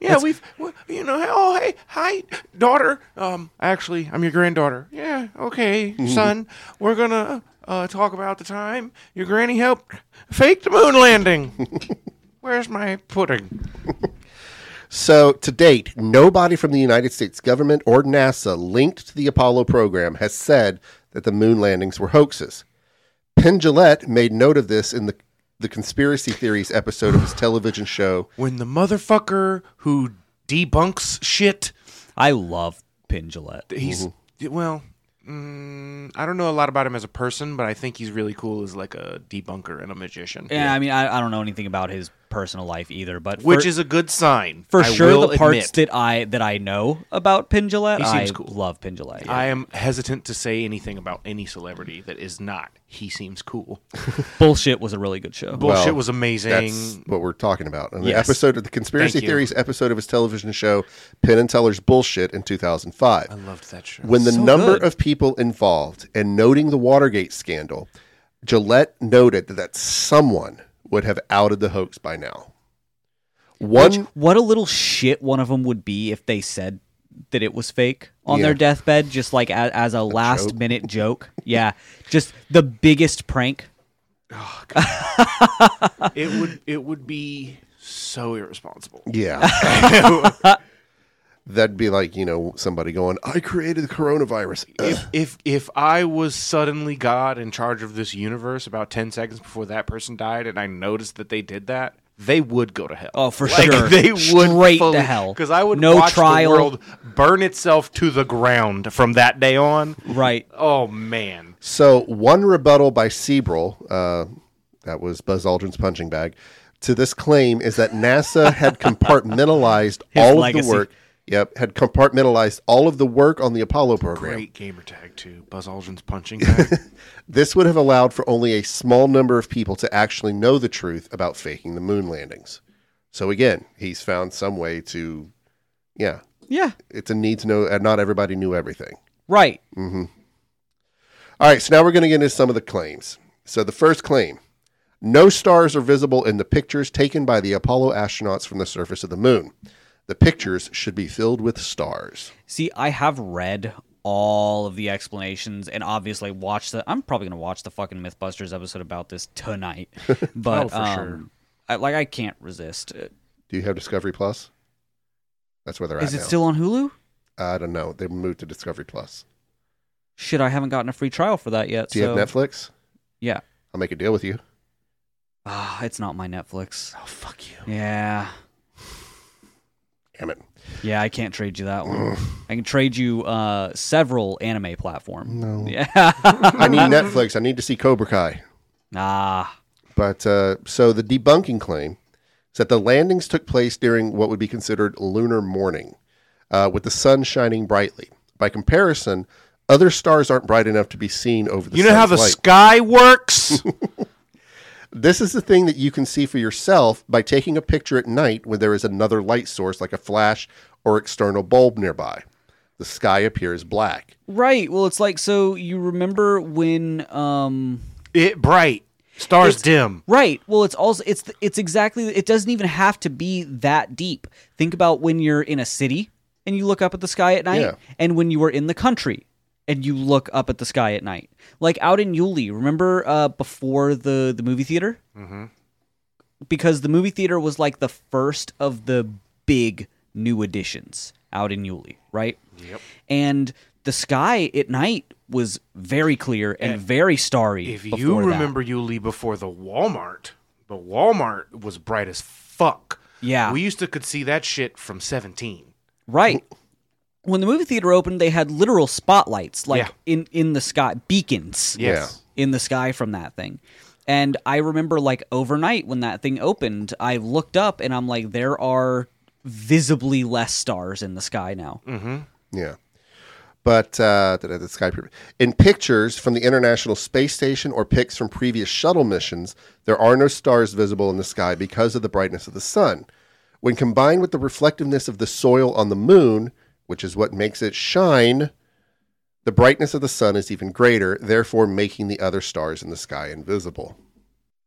[SPEAKER 2] Yeah, we've, w- you know, oh, hey, hi, daughter. Um, actually, I'm your granddaughter. Yeah, okay, son. We're gonna uh, talk about the time your granny helped fake the moon landing. Where's my pudding?
[SPEAKER 3] So, to date, nobody from the United States government or NASA linked to the Apollo program has said that the moon landings were hoaxes. Penn Jillette made note of this in the, the Conspiracy Theories episode of his television show.
[SPEAKER 2] When the motherfucker who debunks shit,
[SPEAKER 1] I love Pin Gillette.
[SPEAKER 2] he's well. Mm, I don't know a lot about him as a person, but I think he's really cool as like a debunker and a magician.
[SPEAKER 1] Yeah, I mean, I, I don't know anything about his personal life either, but
[SPEAKER 2] which
[SPEAKER 1] for,
[SPEAKER 2] is a good sign
[SPEAKER 1] for
[SPEAKER 2] I
[SPEAKER 1] sure
[SPEAKER 2] will
[SPEAKER 1] the parts
[SPEAKER 2] admit.
[SPEAKER 1] that I that I know about Pin Gillette.
[SPEAKER 2] He seems
[SPEAKER 1] I
[SPEAKER 2] cool.
[SPEAKER 1] love Pin Gillette.
[SPEAKER 2] I am hesitant to say anything about any celebrity that is not. He seems cool.
[SPEAKER 1] Bullshit was a really good show.
[SPEAKER 2] Bullshit
[SPEAKER 3] Well,
[SPEAKER 2] was
[SPEAKER 3] That's
[SPEAKER 2] amazing.
[SPEAKER 3] what we're talking about. In the
[SPEAKER 1] Yes.
[SPEAKER 3] episode of the Conspiracy
[SPEAKER 2] Thank you.
[SPEAKER 3] Theories episode of his television show, Penn and Teller's Bullshit in 2005.
[SPEAKER 2] I loved that show.
[SPEAKER 3] When the
[SPEAKER 1] So
[SPEAKER 3] number
[SPEAKER 1] good.
[SPEAKER 3] of people involved and noting the Watergate scandal, Gillette noted that someone would have outed the hoax by now. One,
[SPEAKER 1] what a little shit one of them would be if they said that it was fake on
[SPEAKER 3] Yeah.
[SPEAKER 1] their deathbed, just like as, as a last
[SPEAKER 3] joke.
[SPEAKER 1] minute joke. Yeah, just the biggest prank.
[SPEAKER 2] it would it would be so irresponsible.
[SPEAKER 3] yeah, that'd be like you know somebody going, "I created the coronavirus." Ugh.
[SPEAKER 2] if if if I was suddenly God in charge of this universe about ten seconds before that person died, and I noticed that they did that, they would go to hell.
[SPEAKER 1] Oh, for
[SPEAKER 2] Like,
[SPEAKER 1] sure.
[SPEAKER 2] they would
[SPEAKER 1] Straight to hell.
[SPEAKER 2] because I would
[SPEAKER 1] No
[SPEAKER 2] watch
[SPEAKER 1] trial.
[SPEAKER 2] the world burn itself to the ground from that day on.
[SPEAKER 1] Right.
[SPEAKER 2] Oh man.
[SPEAKER 3] So one rebuttal by Sebral, uh, that was Buzz Aldrin's punching bag, to this claim is that NASA had compartmentalized all of
[SPEAKER 1] legacy.
[SPEAKER 3] the work. Yep, had compartmentalized all of the work on the Apollo program.
[SPEAKER 2] Great gamer tag too. Buzz Aldrin's punching bag.
[SPEAKER 3] This would have allowed for only a small number of people to actually know the truth about faking the moon landings. So again, he's found some way to, yeah,
[SPEAKER 1] Yeah.
[SPEAKER 3] it's a need to know, and not everybody knew everything.
[SPEAKER 1] Right.
[SPEAKER 3] All right, so now we're going to get into some of the claims. So the first claim: no stars are visible in the pictures taken by the Apollo astronauts from the surface of the moon. The pictures should be filled with stars.
[SPEAKER 1] See, I have read all of the explanations and obviously watched the. I'm probably gonna watch the fucking MythBusters episode about this tonight. But
[SPEAKER 2] Oh, for
[SPEAKER 1] um,
[SPEAKER 2] sure.
[SPEAKER 1] I, like, I can't resist. Uh,
[SPEAKER 3] Do you have Discovery Plus? That's where they're
[SPEAKER 1] Is it
[SPEAKER 3] at now.
[SPEAKER 1] still on Hulu?
[SPEAKER 3] I don't know. They moved to Discovery Plus.
[SPEAKER 1] Shit, I haven't gotten a free trial for that yet.
[SPEAKER 3] Do you
[SPEAKER 1] so
[SPEAKER 3] have Netflix?
[SPEAKER 1] yeah,
[SPEAKER 3] I'll make a deal with you.
[SPEAKER 1] ah, it's not my Netflix.
[SPEAKER 2] oh fuck you.
[SPEAKER 1] Yeah.
[SPEAKER 3] Damn it.
[SPEAKER 1] Yeah, I can't trade you that one. I can trade you uh, several anime platform.
[SPEAKER 3] No.
[SPEAKER 1] Yeah.
[SPEAKER 3] I need Netflix. I need to see Cobra Kai.
[SPEAKER 1] ah.
[SPEAKER 3] But uh, so the debunking claim is that the landings took place during what would be considered lunar morning, uh, with the sun shining brightly. By comparison, other stars aren't bright enough to be seen over the
[SPEAKER 2] You know how the
[SPEAKER 3] sun's light.
[SPEAKER 2] sky works?
[SPEAKER 3] This is the thing that you can see for yourself by taking a picture at night when there is another light source like a flash or external bulb nearby. the sky appears black.
[SPEAKER 1] Right. Well, it's like so you remember when um
[SPEAKER 2] It bright, stars
[SPEAKER 1] It's-
[SPEAKER 2] dim.
[SPEAKER 1] right. Well, it's also it's it's exactly it doesn't even have to be that deep. Think about when you're in a city and you look up at the sky at night
[SPEAKER 3] Yeah.
[SPEAKER 1] and when you were in the country and you look up at the sky at night. Like out in Yulee, remember uh before the the movie theater?
[SPEAKER 2] Mm-hmm.
[SPEAKER 1] Because the movie theater was like the first of the big new additions out in Yulee, right?
[SPEAKER 2] Yep.
[SPEAKER 1] and the sky at night was very clear and very starry.
[SPEAKER 2] If you
[SPEAKER 1] before that.
[SPEAKER 2] remember Yuli before the Walmart, the Walmart was bright as fuck.
[SPEAKER 1] Yeah.
[SPEAKER 2] We used to could see that shit from 17.
[SPEAKER 1] right when the movie theater opened, they had literal spotlights like
[SPEAKER 2] Yeah.
[SPEAKER 1] in in the sky, beacons
[SPEAKER 2] Yes.
[SPEAKER 1] in the sky from that thing. And I remember like overnight when that thing opened, I looked up and I'm like, there are visibly less stars in the sky now.
[SPEAKER 3] Mm. Yeah. But uh, da- da- the sky appear- in pictures from the International Space Station or pics from previous shuttle missions, there are no stars visible in the sky because of the brightness of the sun. When combined with the reflectiveness of the soil on the moon, which is what makes it shine, the brightness of the sun is even greater, therefore making the other stars in the sky invisible.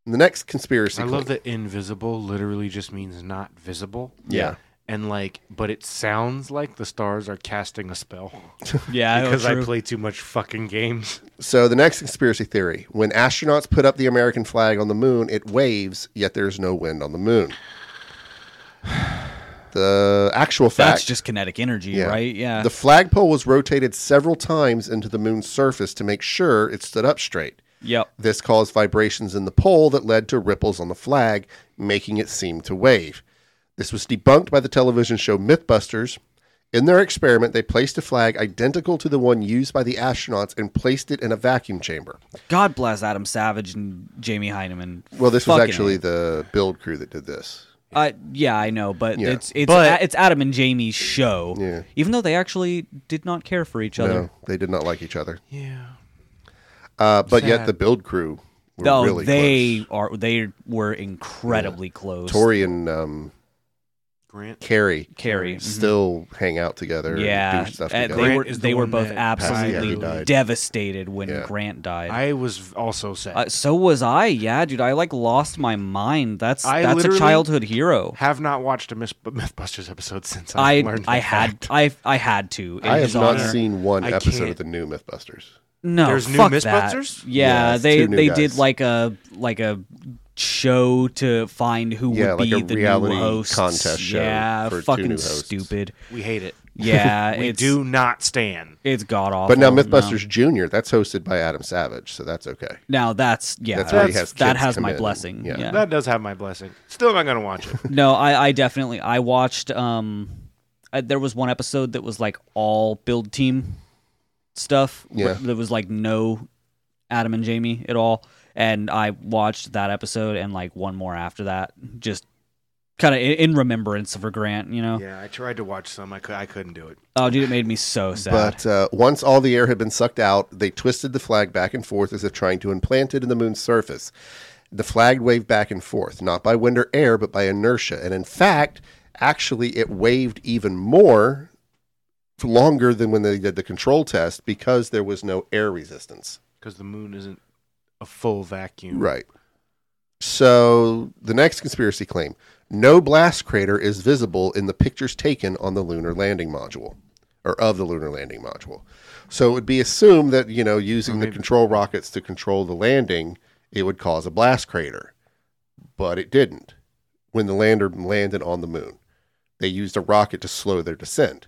[SPEAKER 3] And the next conspiracy.
[SPEAKER 2] I
[SPEAKER 3] claim-
[SPEAKER 2] love that invisible literally just means not visible.
[SPEAKER 3] Yeah.
[SPEAKER 2] And like, but it sounds like the stars are casting a spell
[SPEAKER 1] Oh, Yeah,
[SPEAKER 2] because I play too much fucking games.
[SPEAKER 3] So the next conspiracy theory: when astronauts put up the American flag on the moon, it waves, yet there is no wind on the moon. The actual fact:
[SPEAKER 1] that's just kinetic energy, right? Yeah,
[SPEAKER 3] the flagpole was rotated several times into the moon's surface to make sure it stood up straight.
[SPEAKER 1] yep.
[SPEAKER 3] This caused vibrations in the pole that led to ripples on the flag, making it seem to wave. This was debunked by the television show Mythbusters. In their experiment, they placed a flag identical to the one used by the astronauts and placed it in a vacuum chamber.
[SPEAKER 1] God bless Adam Savage and Jamie Heineman.
[SPEAKER 3] Well, this was
[SPEAKER 1] Fucking
[SPEAKER 3] actually the build crew that did this.
[SPEAKER 1] Uh, yeah, I know, but
[SPEAKER 3] Yeah.
[SPEAKER 1] it's it's
[SPEAKER 2] But-
[SPEAKER 1] a- it's Adam and Jamie's show.
[SPEAKER 3] Yeah.
[SPEAKER 1] Even though they actually did not care for each other.
[SPEAKER 3] No, they did not like each other.
[SPEAKER 2] Yeah.
[SPEAKER 3] Uh, but yet
[SPEAKER 2] Sad.
[SPEAKER 3] the build crew were
[SPEAKER 1] Though
[SPEAKER 3] really
[SPEAKER 1] they
[SPEAKER 3] close.
[SPEAKER 1] are they were incredibly close.
[SPEAKER 3] Tori and um,
[SPEAKER 2] Grant.
[SPEAKER 3] Carrie
[SPEAKER 1] Carrie. mhm.
[SPEAKER 3] still hang out together.
[SPEAKER 1] yeah,
[SPEAKER 3] and do stuff
[SPEAKER 1] uh,
[SPEAKER 3] together.
[SPEAKER 1] they
[SPEAKER 2] Grant
[SPEAKER 1] were
[SPEAKER 2] is the
[SPEAKER 1] they were
[SPEAKER 2] one
[SPEAKER 1] both
[SPEAKER 2] that passed
[SPEAKER 3] after he
[SPEAKER 1] absolutely
[SPEAKER 3] died.
[SPEAKER 1] devastated when
[SPEAKER 3] Yeah.
[SPEAKER 1] Grant died.
[SPEAKER 2] I was also sad.
[SPEAKER 1] uh, so was I. Yeah, dude, I like lost my mind. That's
[SPEAKER 2] I
[SPEAKER 1] that's a
[SPEAKER 2] literally-
[SPEAKER 1] childhood hero.
[SPEAKER 2] have not watched a Myth- Mythbusters episode since I,
[SPEAKER 1] I
[SPEAKER 2] learned.
[SPEAKER 1] I
[SPEAKER 2] that
[SPEAKER 1] had
[SPEAKER 2] fact.
[SPEAKER 1] I I had to. in
[SPEAKER 3] I have
[SPEAKER 1] his
[SPEAKER 3] not
[SPEAKER 1] honor.
[SPEAKER 3] seen one
[SPEAKER 2] I
[SPEAKER 3] episode
[SPEAKER 2] can't-
[SPEAKER 3] of the new MythBusters.
[SPEAKER 1] No,
[SPEAKER 2] There's new
[SPEAKER 1] fuck that.
[SPEAKER 2] Mythbusters?
[SPEAKER 1] Yeah,
[SPEAKER 3] Yeah, it's
[SPEAKER 1] they
[SPEAKER 3] two new
[SPEAKER 1] they
[SPEAKER 3] guys.
[SPEAKER 1] did like a like a show to find who
[SPEAKER 3] Yeah,
[SPEAKER 1] would be
[SPEAKER 3] like a
[SPEAKER 1] the
[SPEAKER 3] reality
[SPEAKER 1] new hosts.
[SPEAKER 3] contest show
[SPEAKER 1] yeah,
[SPEAKER 3] for two
[SPEAKER 1] fucking
[SPEAKER 3] new hosts.
[SPEAKER 1] stupid.
[SPEAKER 2] We hate it.
[SPEAKER 1] Yeah,
[SPEAKER 2] We
[SPEAKER 1] it's
[SPEAKER 2] do not stand.
[SPEAKER 1] it's god awful.
[SPEAKER 3] But now MythBusters Junior, that's hosted by Adam Savage, so that's okay.
[SPEAKER 1] Now that's yeah,
[SPEAKER 3] That's where he
[SPEAKER 1] that's-
[SPEAKER 3] has
[SPEAKER 1] that
[SPEAKER 3] kids
[SPEAKER 1] has
[SPEAKER 3] come
[SPEAKER 1] my
[SPEAKER 3] in.
[SPEAKER 1] blessing.
[SPEAKER 3] Yeah.
[SPEAKER 1] Yeah.
[SPEAKER 2] That does have my blessing. Still not gonna watch it.
[SPEAKER 1] no, I I definitely I watched um I, there was one episode that was like all build team stuff.
[SPEAKER 3] Yeah.
[SPEAKER 1] There was like no Adam and Jamie at all. And I watched that episode and like one more after that, just kind of in, in remembrance for Grant, you know?
[SPEAKER 2] yeah, I tried to watch some. I, cou- I couldn't do it.
[SPEAKER 1] Oh, dude, it made me so sad.
[SPEAKER 3] But uh, once all the air had been sucked out, they twisted the flag back and forth as if trying to implant it in the moon's surface. The flag waved back and forth, not by wind or air, but by inertia. And in fact, actually, it waved even more for longer than when they did the control test because there was no air resistance.
[SPEAKER 2] because the moon isn't a full vacuum.
[SPEAKER 3] Right. So the next conspiracy claim no blast crater is visible in the pictures taken on the lunar landing module or of the lunar landing module. So it would be assumed that, you know, using the control rockets to control the landing, it would cause a blast crater. But it didn't when the lander landed on the moon. They used a rocket to slow their descent.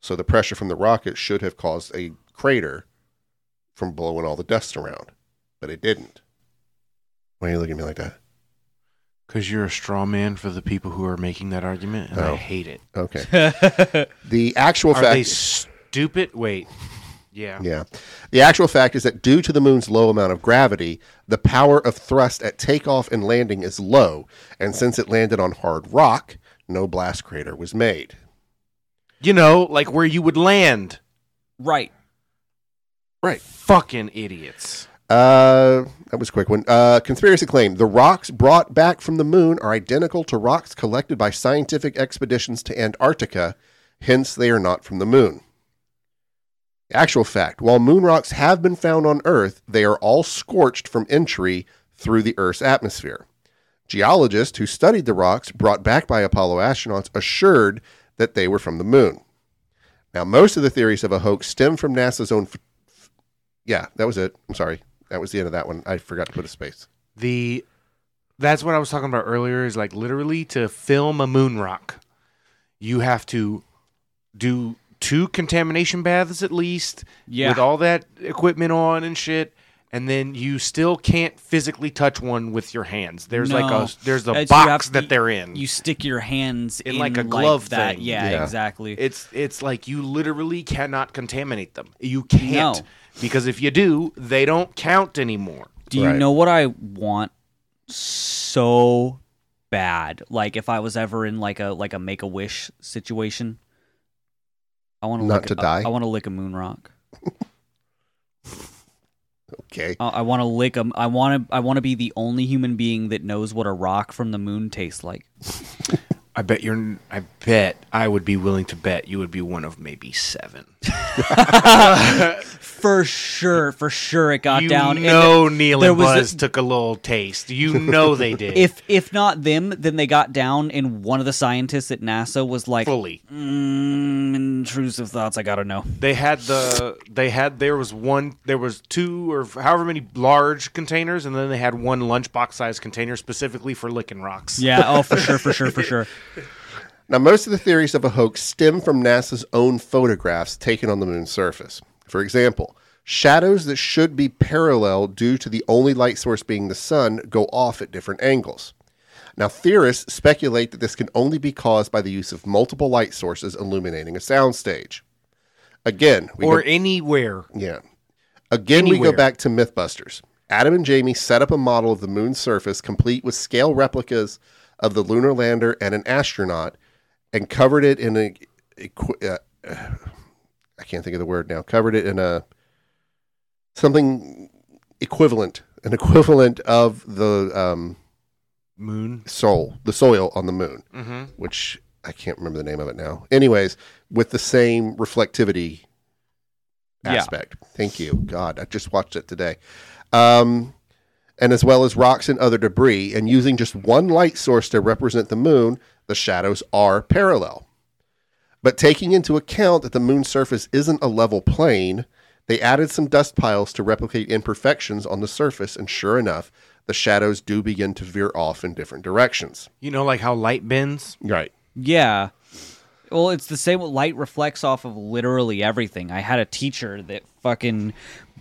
[SPEAKER 3] So the pressure from the rocket should have caused a crater from blowing all the dust around, but it didn't. Why are you looking at me like that?
[SPEAKER 2] Because you're a straw man for the people who are making that argument, and
[SPEAKER 3] Oh.
[SPEAKER 2] I hate it.
[SPEAKER 3] Okay. the actual
[SPEAKER 2] are
[SPEAKER 3] fact
[SPEAKER 2] they stupid? Wait. Yeah.
[SPEAKER 3] Yeah. The actual fact is that due to the moon's low amount of gravity, the power of thrust at takeoff and landing is low, and since it landed on hard rock, no blast crater was made.
[SPEAKER 2] You know, like where you would land.
[SPEAKER 1] right.
[SPEAKER 3] Right.
[SPEAKER 2] Fucking idiots.
[SPEAKER 3] Uh, that was a quick one. Uh, conspiracy claim: the rocks brought back from the moon are identical to rocks collected by scientific expeditions to Antarctica, hence they are not from the moon. Actual fact while moon rocks have been found on Earth, they are all scorched from entry through the Earth's atmosphere. Geologists who studied the rocks brought back by Apollo astronauts assured that they were from the moon. Now, most of the theories of a hoax stem from NASA's own. F- f- yeah, that was it. I'm sorry. That was the end of that one. I forgot to put a space.
[SPEAKER 2] the that's what I was talking about earlier is like literally to film a moon rock, you have to do two contamination baths at least
[SPEAKER 1] Yeah.
[SPEAKER 2] with all that equipment on and shit. And then you still can't physically touch one with your hands. There's like
[SPEAKER 1] No.
[SPEAKER 2] a there's a
[SPEAKER 1] It's- you
[SPEAKER 2] box
[SPEAKER 1] have-
[SPEAKER 2] that
[SPEAKER 1] you-
[SPEAKER 2] they're in.
[SPEAKER 1] You stick your hands in,
[SPEAKER 2] In like a glove
[SPEAKER 1] that.
[SPEAKER 2] thing.
[SPEAKER 1] Yeah,
[SPEAKER 3] Yeah.
[SPEAKER 1] exactly.
[SPEAKER 2] It's it's like you literally cannot contaminate them. You can't
[SPEAKER 1] No.
[SPEAKER 2] because if you do, they don't count anymore.
[SPEAKER 1] Do you
[SPEAKER 3] Right.
[SPEAKER 1] know what I want so bad? Like if I was ever in like a like a make a wish situation, I want
[SPEAKER 3] Not to die?
[SPEAKER 1] I, want to lick a moon rock.
[SPEAKER 3] Okay.
[SPEAKER 1] I, I want to lick a. I want to. I want to be the only human being that knows what a rock from the moon tastes like.
[SPEAKER 2] I bet you're. I bet I would be willing to bet you would be one of maybe seven.
[SPEAKER 1] For sure, for sure, it got
[SPEAKER 2] you
[SPEAKER 1] down. And
[SPEAKER 2] know, Neil
[SPEAKER 1] there
[SPEAKER 2] and
[SPEAKER 1] was
[SPEAKER 2] Buzz
[SPEAKER 1] this-
[SPEAKER 2] took a little taste. You know they did.
[SPEAKER 1] if if not them, then they got down, and one of the scientists at NASA was like,
[SPEAKER 2] fully,
[SPEAKER 1] mm, "Intrusive thoughts, I gotta know."
[SPEAKER 2] they had the. They had. There was one. There was two or however many large containers, and then they had one lunchbox sized container specifically for licking rocks.
[SPEAKER 1] Yeah, oh, for sure, for sure, for sure.
[SPEAKER 3] Now, most of the theories of a hoax stem from NASA's own photographs taken on the moon's surface. For example, shadows that should be parallel due to the only light source being the sun go off at different angles. Now, theorists speculate that this can only be caused by the use of multiple light sources illuminating a soundstage. Again, we
[SPEAKER 2] Or
[SPEAKER 3] go-
[SPEAKER 2] anywhere.
[SPEAKER 3] yeah. Again, we
[SPEAKER 2] Anywhere.
[SPEAKER 3] go back to Mythbusters. Adam and Jamie set up a model of the moon's surface, complete with scale replicas of the lunar lander and an astronaut, and covered it in a. equi- uh, uh, I can't think of the word now. Covered it in a something equivalent, an equivalent of the um,
[SPEAKER 2] Moon.
[SPEAKER 3] soul, the soil on the moon,
[SPEAKER 2] Mm-hmm.
[SPEAKER 3] which I can't remember the name of it now. Anyways, with the same reflectivity
[SPEAKER 1] Yeah.
[SPEAKER 3] aspect. Thank you. God, I just watched it today. Um, and as well as rocks and other debris, and using just one light source to represent the moon, the shadows are parallel. But taking into account that the moon's surface isn't a level plane, they added some dust piles to replicate imperfections on the surface, and sure enough, the shadows do begin to veer off in different directions.
[SPEAKER 2] You know, like how light bends.
[SPEAKER 3] Right.
[SPEAKER 1] Yeah. Well, it's the same. Light reflects off of literally everything. I had a teacher that fucking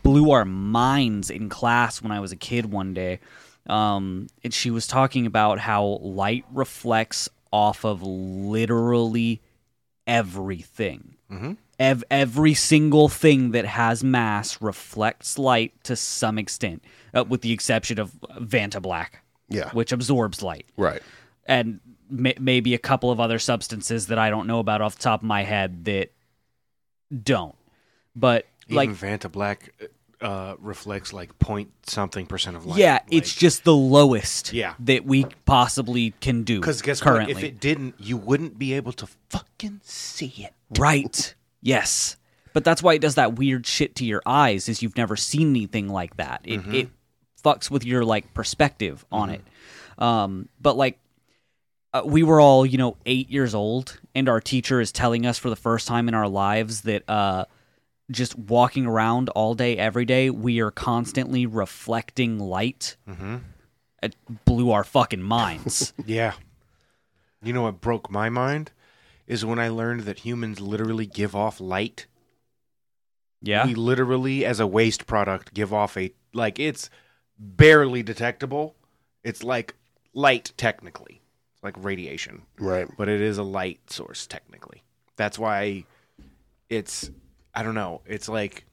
[SPEAKER 1] blew our minds in class when I was a kid one day. Um, and she was talking about how light reflects off of literally everything.
[SPEAKER 2] Mhm.
[SPEAKER 1] Ev- every single thing that has mass reflects light to some extent, uh, with the exception of Vantablack,
[SPEAKER 3] Yeah.
[SPEAKER 1] which absorbs light
[SPEAKER 3] Right.
[SPEAKER 1] and may- maybe a couple of other substances that I don't know about off the top of my head that don't. But like,
[SPEAKER 2] Even Vanta Black uh, reflects like point something percent of light.
[SPEAKER 1] yeah, it's just the lowest
[SPEAKER 2] Yeah.
[SPEAKER 1] that we possibly can do.
[SPEAKER 2] because guess
[SPEAKER 1] currently,
[SPEAKER 2] what? If it didn't, you wouldn't be able to fucking see it.
[SPEAKER 1] right? Yes, but that's why it does that weird shit to your eyes. Is you've never seen anything like that. It it fucks with your like perspective on it. Um, but like uh, we were all you know eight years old and our teacher is telling us for the first time in our lives that uh just walking around all day every day we are constantly reflecting light
[SPEAKER 2] Mm.
[SPEAKER 1] it blew our fucking minds
[SPEAKER 2] Mm-hmm. Yeah. You know what broke my mind is when I learned that humans literally give off light.
[SPEAKER 1] yeah
[SPEAKER 2] We literally, as a waste product, give off a like it's barely detectable. It's like light technically, it's like radiation.
[SPEAKER 3] Right.
[SPEAKER 2] but it is a light source technically. That's why it's I don't know, it's like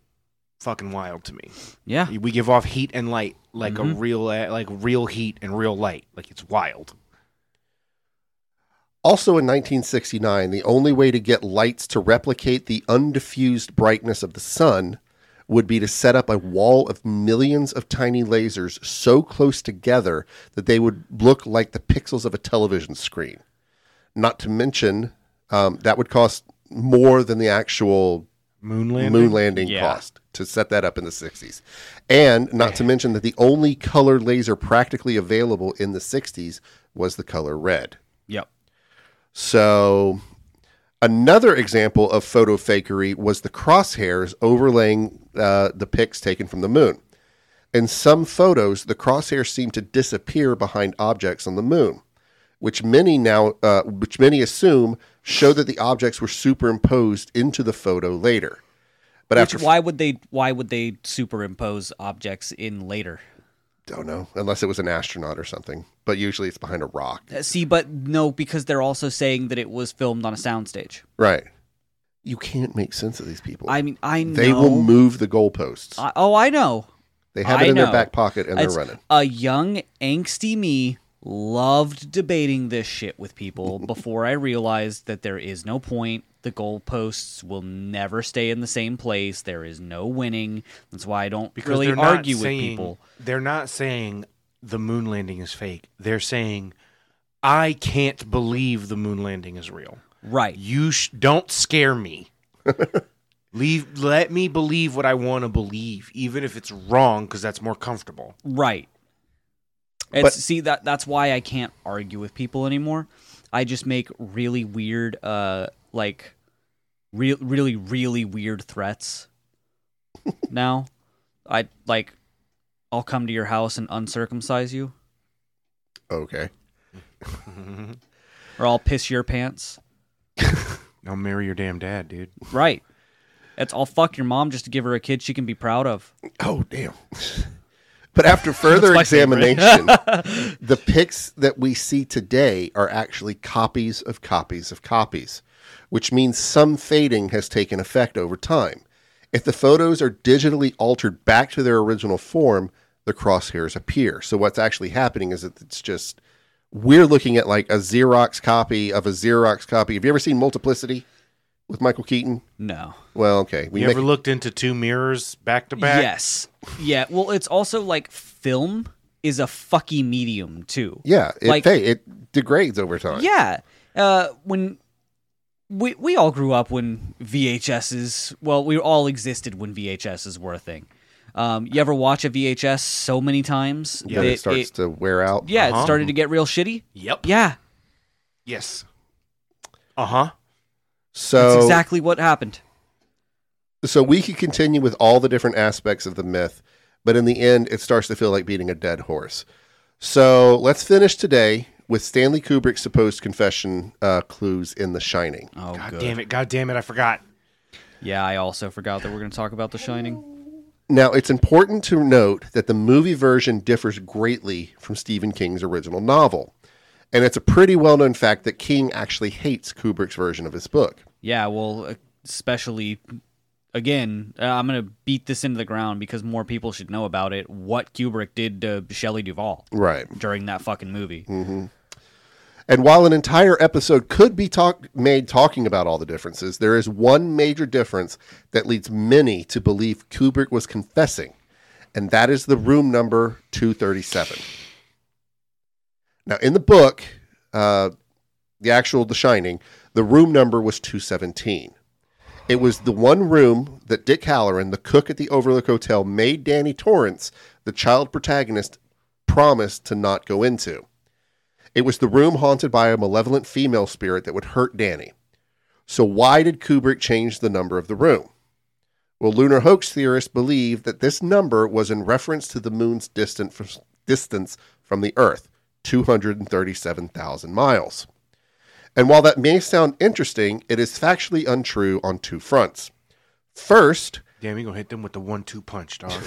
[SPEAKER 2] fucking wild to me.
[SPEAKER 1] yeah
[SPEAKER 2] We give off heat and light like a
[SPEAKER 1] Mm-hmm.
[SPEAKER 2] real uh, like real heat and real light. Like it's wild.
[SPEAKER 3] Also in 1969, the only way to get lights to replicate the undiffused brightness of the sun would be to set up a wall of millions of tiny lasers so close together that they would look like the pixels of a television screen. Not to mention, um, that would cost more than the actual
[SPEAKER 2] Moon landing.
[SPEAKER 3] moon landing
[SPEAKER 1] Yeah.
[SPEAKER 3] cost to set that up in the 60s. And not to mention that the only color laser practically available in the 60s was the color red.
[SPEAKER 1] Yep.
[SPEAKER 3] So another example of photo fakery was the crosshairs overlaying uh, the pics taken from the moon. In some photos, the crosshairs seem to disappear behind objects on the moon, which many now, uh, which many assume, show that the objects were superimposed into the photo later. But
[SPEAKER 1] Which,
[SPEAKER 3] after
[SPEAKER 1] why would they? Why would they superimpose objects in later?
[SPEAKER 3] don't know unless it was an astronaut or something but usually it's behind a rock
[SPEAKER 1] Uh, See, but no, because they're also saying that it was filmed on a soundstage.
[SPEAKER 3] right you can't make sense of these people
[SPEAKER 1] I mean, I know.
[SPEAKER 3] they will move the goalposts
[SPEAKER 1] I, oh, I know.
[SPEAKER 3] they have
[SPEAKER 1] I
[SPEAKER 3] it in
[SPEAKER 1] know.
[SPEAKER 3] their back pocket and they're
[SPEAKER 1] It's-
[SPEAKER 3] running
[SPEAKER 1] A young, angsty me loved debating this shit with people before I realized that there is no point. The goalposts will never stay in the same place. There is no winning. That's why I don't
[SPEAKER 2] because
[SPEAKER 1] really
[SPEAKER 2] they're not
[SPEAKER 1] argue
[SPEAKER 2] saying,
[SPEAKER 1] with people.
[SPEAKER 2] They're not saying the moon landing is fake. They're saying I can't believe the moon landing is real.
[SPEAKER 1] Right.
[SPEAKER 2] You sh- don't scare me. Leave. Let me believe what I want to believe, even if it's wrong, because that's more comfortable.
[SPEAKER 1] Right. It's,
[SPEAKER 3] But-
[SPEAKER 1] see that that's why I can't argue with people anymore. I just make really weird, uh, like, real, really, really weird threats. now, I like, I'll come to your house and uncircumcise you,
[SPEAKER 3] okay
[SPEAKER 1] or I'll piss your pants.
[SPEAKER 2] I'll marry your damn dad, dude.
[SPEAKER 1] Right. It's I'll fuck your mom just to give her a kid she can be proud of.
[SPEAKER 3] oh damn but after further
[SPEAKER 1] That's my favorite.
[SPEAKER 3] examination the pics that we see today are actually copies of copies of copies which means some fading has taken effect over time if the photos are digitally altered back to their original form the crosshairs appear so what's actually happening is that it's just we're looking at like a xerox copy of a xerox copy have you ever seen multiplicity with michael keaton
[SPEAKER 1] No.
[SPEAKER 3] well okay we
[SPEAKER 2] You
[SPEAKER 3] make
[SPEAKER 2] ever looked into two mirrors back to back?
[SPEAKER 1] Yes. Yeah. Well, it's also like film is a fucky medium too.
[SPEAKER 3] yeah it,
[SPEAKER 1] Like-
[SPEAKER 3] fa- it degrades over time
[SPEAKER 1] Yeah. Uh, when we we all grew up when VHSs, well, we all existed when VHSs were a thing. Um, you ever watch a VHS so many times?
[SPEAKER 3] that it starts to wear out
[SPEAKER 1] yeah, it
[SPEAKER 2] Uh-huh.
[SPEAKER 1] started to get real shitty.
[SPEAKER 2] Yep.
[SPEAKER 1] Yeah,
[SPEAKER 2] Yes. Uh huh.
[SPEAKER 1] that's
[SPEAKER 3] so
[SPEAKER 1] exactly what happened.
[SPEAKER 3] so we could continue with all the different aspects of the myth, but in the end, it starts to feel like beating a dead horse. So let's finish today with Stanley Kubrick's supposed confession uh, clues in The Shining.
[SPEAKER 1] Oh,
[SPEAKER 2] God
[SPEAKER 1] good.
[SPEAKER 2] damn it! God damn it! I forgot.
[SPEAKER 1] Yeah, I also forgot that we're going to talk about The Shining.
[SPEAKER 3] Now, it's important to note that the movie version differs greatly from Stephen King's original novel. And it's a pretty well known fact that King actually hates Kubrick's version of his book.
[SPEAKER 1] Yeah, well, especially again, uh, I'm going to beat this into the ground because more people should know about it. What Kubrick did to Shelley Duvall
[SPEAKER 3] Right.
[SPEAKER 1] during that fucking movie.
[SPEAKER 3] Mm. And while an entire episode could be talk- made talking about all the differences, there is one major difference that leads many to believe Kubrick was confessing, and that is the room number 237. Now, in the book, uh, the actual The Shining, the room number was 217. It was the one room that Dick Halloran, the cook at the Overlook Hotel, made Danny Torrance, the child protagonist, promise to not go into. It was the room haunted by a malevolent female spirit that would hurt Danny. So, why did Kubrick change the number of the room? Well, lunar hoax theorists believe that this number was in reference to the moon's distant f- distance from the Earth, 237,000 miles. And while that may sound interesting, it is factually untrue on two fronts. First,
[SPEAKER 2] Damn, you gonna hit them with the one-two punch, dog.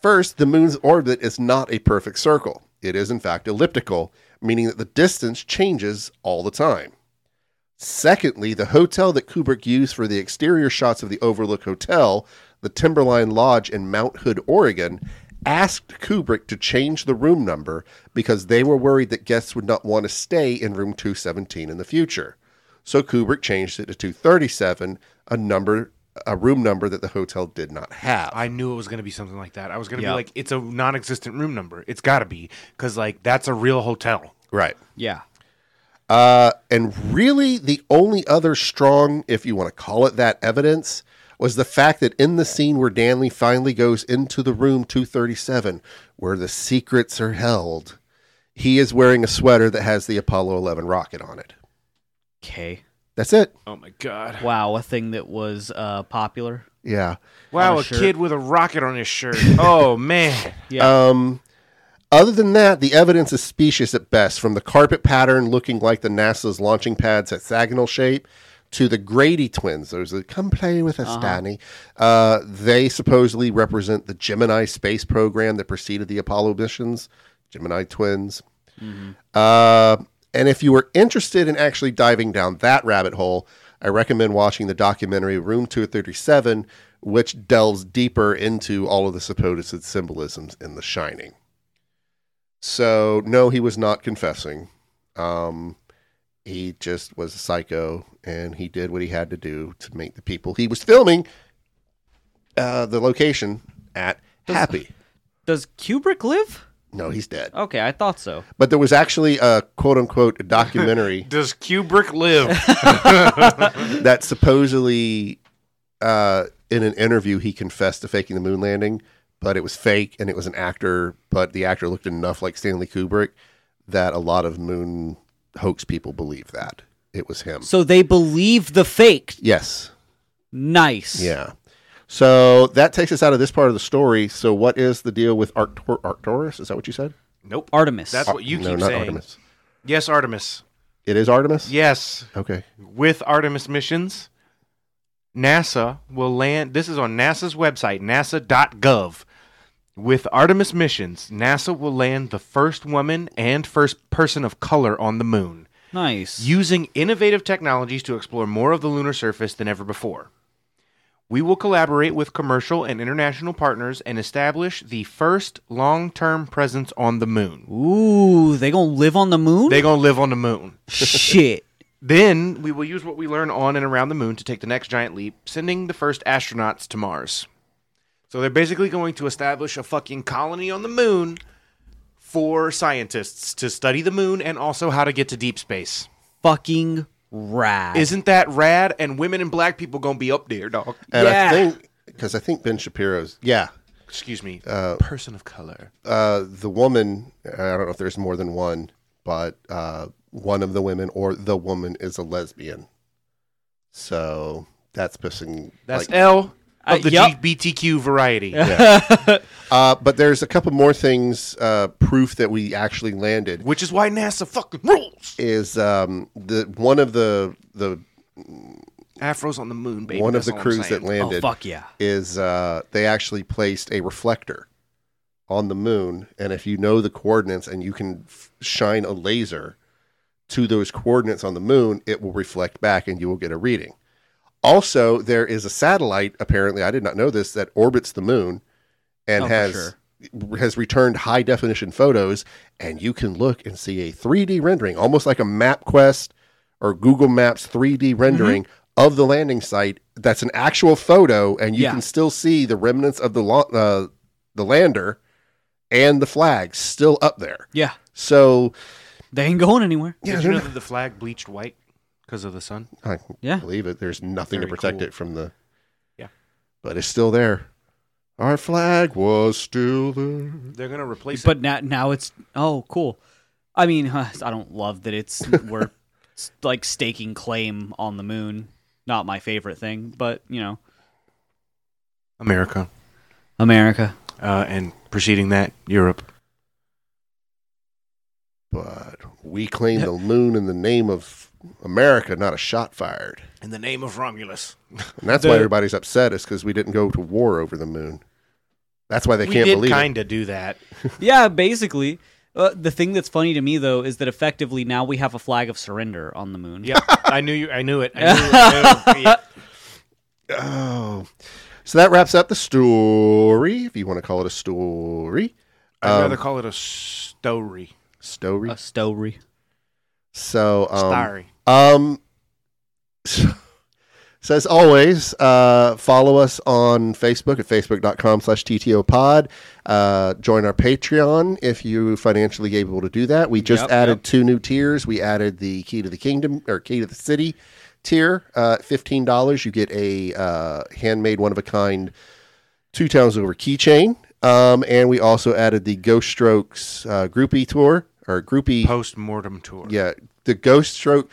[SPEAKER 3] First, the moon's orbit is not a perfect circle. It is, in fact, elliptical, meaning that the distance changes all the time. Secondly, the hotel that Kubrick used for the exterior shots of the Overlook Hotel, the Timberline Lodge in Mount Hood, Oregon, asked Kubrick to change the room number because they were worried that guests would not want to stay in room 217 in the future. So Kubrick changed it to 237, a number a room number that the hotel did not have.
[SPEAKER 2] I knew it was gonna be something like that. I was gonna
[SPEAKER 1] Yeah.
[SPEAKER 2] be like, it's a non-existent room number. It's gotta be because like that's a real hotel.
[SPEAKER 3] right.
[SPEAKER 1] Yeah.
[SPEAKER 3] Uh, and really, the only other strong, if you want to call it that, evidence was the fact that in the scene where Danley finally goes into the room 237, where the secrets are held, he is wearing a sweater that has the Apollo 11 rocket on it.
[SPEAKER 1] Okay.
[SPEAKER 3] That's it.
[SPEAKER 2] Oh my god!
[SPEAKER 1] Wow, a thing that was uh, popular.
[SPEAKER 3] Yeah.
[SPEAKER 2] Wow,
[SPEAKER 1] a
[SPEAKER 2] a
[SPEAKER 1] shirt.
[SPEAKER 2] kid with a rocket on his shirt. oh man! Oh.
[SPEAKER 3] Um, other than that, the evidence is specious at best, from the carpet pattern looking like the NASA's launching pad's hexagonal shape to the Grady twins. Those that come play with us, Danny. Uh, they supposedly represent the Gemini space program that preceded the Apollo missions. Gemini twins. Uh, and if you were interested in actually diving down that rabbit hole, I recommend watching the documentary Room 237, which delves deeper into all of the supposed symbolisms in The Shining. So, no, he was not confessing. Um, he just was a psycho and he did what he had to do to make the people he was filming uh, the location at happy.
[SPEAKER 1] Does Kubrick live?
[SPEAKER 3] No, he's dead.
[SPEAKER 1] Okay, I thought so.
[SPEAKER 3] But there was actually a quote unquote documentary
[SPEAKER 2] Does Kubrick live?
[SPEAKER 3] that supposedly uh, in an interview he confessed to faking the moon landing, but it was fake and it was an actor, but the actor looked enough like Stanley Kubrick that a lot of moon hoax people believe that it was him.
[SPEAKER 1] So they believe the fake.
[SPEAKER 3] Yes.
[SPEAKER 1] Nice.
[SPEAKER 3] Yeah. So that takes us out of this part of the story. So what is the deal with Arctur- Arcturus? Is that what you said?
[SPEAKER 2] nope.
[SPEAKER 1] Artemis.
[SPEAKER 2] That's what you
[SPEAKER 3] no,
[SPEAKER 2] keep
[SPEAKER 3] not
[SPEAKER 2] saying.
[SPEAKER 3] Artemis.
[SPEAKER 2] Yes, Artemis.
[SPEAKER 3] It is Artemis?
[SPEAKER 2] Yes,
[SPEAKER 3] Okay.
[SPEAKER 2] with Artemis missions, NASA will land. This is on NASA's website, nasa.gov. With Artemis missions, NASA will land the first woman and first person of color on the moon,
[SPEAKER 1] nice.
[SPEAKER 2] using innovative technologies to explore more of the lunar surface than ever before. We will collaborate with commercial and international partners and establish the first long term presence on the moon.
[SPEAKER 1] Ooh, they gonna live on the moon?
[SPEAKER 2] They gonna live on the moon.
[SPEAKER 1] Shit.
[SPEAKER 2] Then we will use what we learn on and around the moon to take the next giant leap, sending the first astronauts to Mars. So they're basically going to establish a fucking colony on the moon for scientists to study the moon and also how to get to deep space.
[SPEAKER 1] Fucking rad.
[SPEAKER 2] Isn't that rad? And women and black people gonna be up there, dog.
[SPEAKER 3] And
[SPEAKER 1] Yeah.
[SPEAKER 3] I think because I think Ben Shapiro's yeah,
[SPEAKER 2] Excuse me, person of color.
[SPEAKER 3] uh, the woman, I don't know if there's more than one, but uh, one of the women or the woman is a lesbian. So that's pissing.
[SPEAKER 2] That's
[SPEAKER 3] like-
[SPEAKER 2] L
[SPEAKER 1] Uh,
[SPEAKER 2] of the
[SPEAKER 1] yup. Oh,
[SPEAKER 2] LGBTQ variety.
[SPEAKER 3] uh, but there's a couple more things, uh, proof that we actually landed
[SPEAKER 2] Which is why NASA fucking rules.
[SPEAKER 3] is um, the one of the the
[SPEAKER 2] Afro's on the moon, baby.
[SPEAKER 3] one of
[SPEAKER 2] that's
[SPEAKER 3] the
[SPEAKER 2] all I'm
[SPEAKER 3] crews that
[SPEAKER 2] saying.
[SPEAKER 1] oh
[SPEAKER 3] landed
[SPEAKER 1] fuck yeah.
[SPEAKER 3] is uh, they actually placed a reflector on the moon, and if you know the coordinates and you can f- shine a laser to those coordinates on the moon, it will reflect back, and you will get a reading. Also, there is a satellite. Apparently, I did not know this that orbits the moon and
[SPEAKER 1] Oh, for
[SPEAKER 3] has.
[SPEAKER 1] sure.
[SPEAKER 3] Has returned high definition photos, and you can look and see a 3D rendering, almost like a map quest or Google Maps
[SPEAKER 2] Mm-hmm.
[SPEAKER 3] 3D rendering of the landing site. That's an actual photo, and you
[SPEAKER 1] Yeah.
[SPEAKER 3] can still see the remnants of the lo- uh, the lander and the flag still up there.
[SPEAKER 1] Yeah.
[SPEAKER 3] So
[SPEAKER 1] They ain't going anywhere.
[SPEAKER 2] Did
[SPEAKER 3] yeah,
[SPEAKER 2] you
[SPEAKER 3] they're
[SPEAKER 2] know
[SPEAKER 3] not-
[SPEAKER 2] that the flag bleached white because of the sun?
[SPEAKER 3] I
[SPEAKER 1] Yeah.
[SPEAKER 3] believe it. There's nothing to
[SPEAKER 2] Very
[SPEAKER 3] protect
[SPEAKER 2] cool.
[SPEAKER 3] it from the.
[SPEAKER 2] Yeah.
[SPEAKER 3] but it's still there. Our flag was still there.
[SPEAKER 2] They're gonna replace it.
[SPEAKER 1] But now now it's oh cool. I mean, huh, I don't love that it's we're s- like staking claim on the moon. Not my favorite thing, but you know,
[SPEAKER 2] America,
[SPEAKER 1] America.
[SPEAKER 2] uh, and preceding that, Europe.
[SPEAKER 3] But we claim the moon in the name of America, not a shot fired.
[SPEAKER 2] In the name of Romulus,
[SPEAKER 3] And that's
[SPEAKER 1] The-
[SPEAKER 3] why everybody's upset is because we didn't go to war over the moon. That's why they
[SPEAKER 2] we
[SPEAKER 3] can't
[SPEAKER 2] did
[SPEAKER 3] believe it.
[SPEAKER 2] kind of do that.
[SPEAKER 1] yeah, basically. Uh, the thing that's funny to me though is that effectively now we have a flag of surrender on the moon.
[SPEAKER 2] Yeah, I knew you. I knew it. I knew it. I knew it. Yeah.
[SPEAKER 3] Oh. So that wraps up the story, if you want to call it a story.
[SPEAKER 2] I'd rather call it a story.
[SPEAKER 3] Story.
[SPEAKER 1] A story.
[SPEAKER 3] so, um,
[SPEAKER 2] Story.
[SPEAKER 3] um, so, so as always, uh, follow us on Facebook at facebook.com slash TTO pod. Uh, join our Patreon if you financially able to do that. We just
[SPEAKER 1] Yep,
[SPEAKER 3] added
[SPEAKER 1] yep.
[SPEAKER 3] two new tiers. We added the key to the kingdom or key to the city tier, uh, fifteen dollars, you get a uh, handmade, one of a kind, two towns over keychain. Um, and we also added the Ghost Strokes uh, groupie tour or groupie.
[SPEAKER 2] Post mortem tour.
[SPEAKER 3] Yeah, the Ghost Stroke,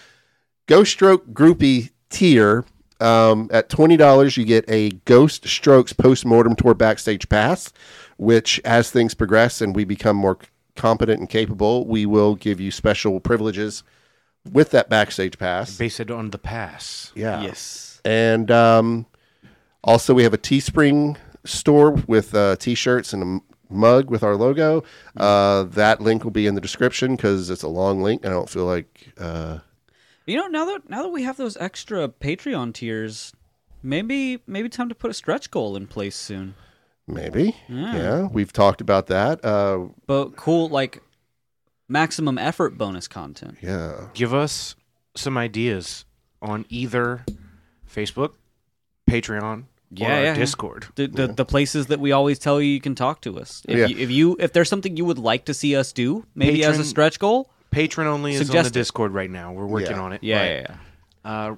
[SPEAKER 3] Ghost Stroke groupie tier. Um, at twenty dollars, you get a Ghost Strokes postmortem tour backstage pass, which, as things progress and we become more c- competent and capable, we will give you special privileges with that backstage pass.
[SPEAKER 2] Based it on the pass.
[SPEAKER 3] Yeah.
[SPEAKER 1] Yes.
[SPEAKER 3] And um, also, we have a Teespring store with uh, t-shirts and a m- mug with our logo. Uh, that link will be in the description because it's a long link. and I don't feel like uh,
[SPEAKER 1] You know, now that now that we have those extra Patreon tiers, maybe maybe time to put a stretch goal in place soon.
[SPEAKER 3] maybe. Yeah, we've talked about that. Uh,
[SPEAKER 1] But cool, like maximum effort bonus content.
[SPEAKER 3] yeah,
[SPEAKER 2] Give us some ideas on either Facebook, Patreon,
[SPEAKER 1] Yeah,
[SPEAKER 2] or our
[SPEAKER 1] yeah, yeah.
[SPEAKER 2] Discord.
[SPEAKER 1] The, the, the places that we always tell you you can talk to us. If,
[SPEAKER 3] Yeah.
[SPEAKER 1] you, if you if there's something you would like to see us do, maybe as a
[SPEAKER 2] Patron-
[SPEAKER 1] stretch goal.
[SPEAKER 2] Patron only is on
[SPEAKER 1] Suggest
[SPEAKER 2] the
[SPEAKER 1] it.
[SPEAKER 2] Discord right now. We're working
[SPEAKER 3] Yeah.
[SPEAKER 2] on it.
[SPEAKER 1] Yeah,
[SPEAKER 2] Right.
[SPEAKER 1] yeah, yeah.
[SPEAKER 2] Uh,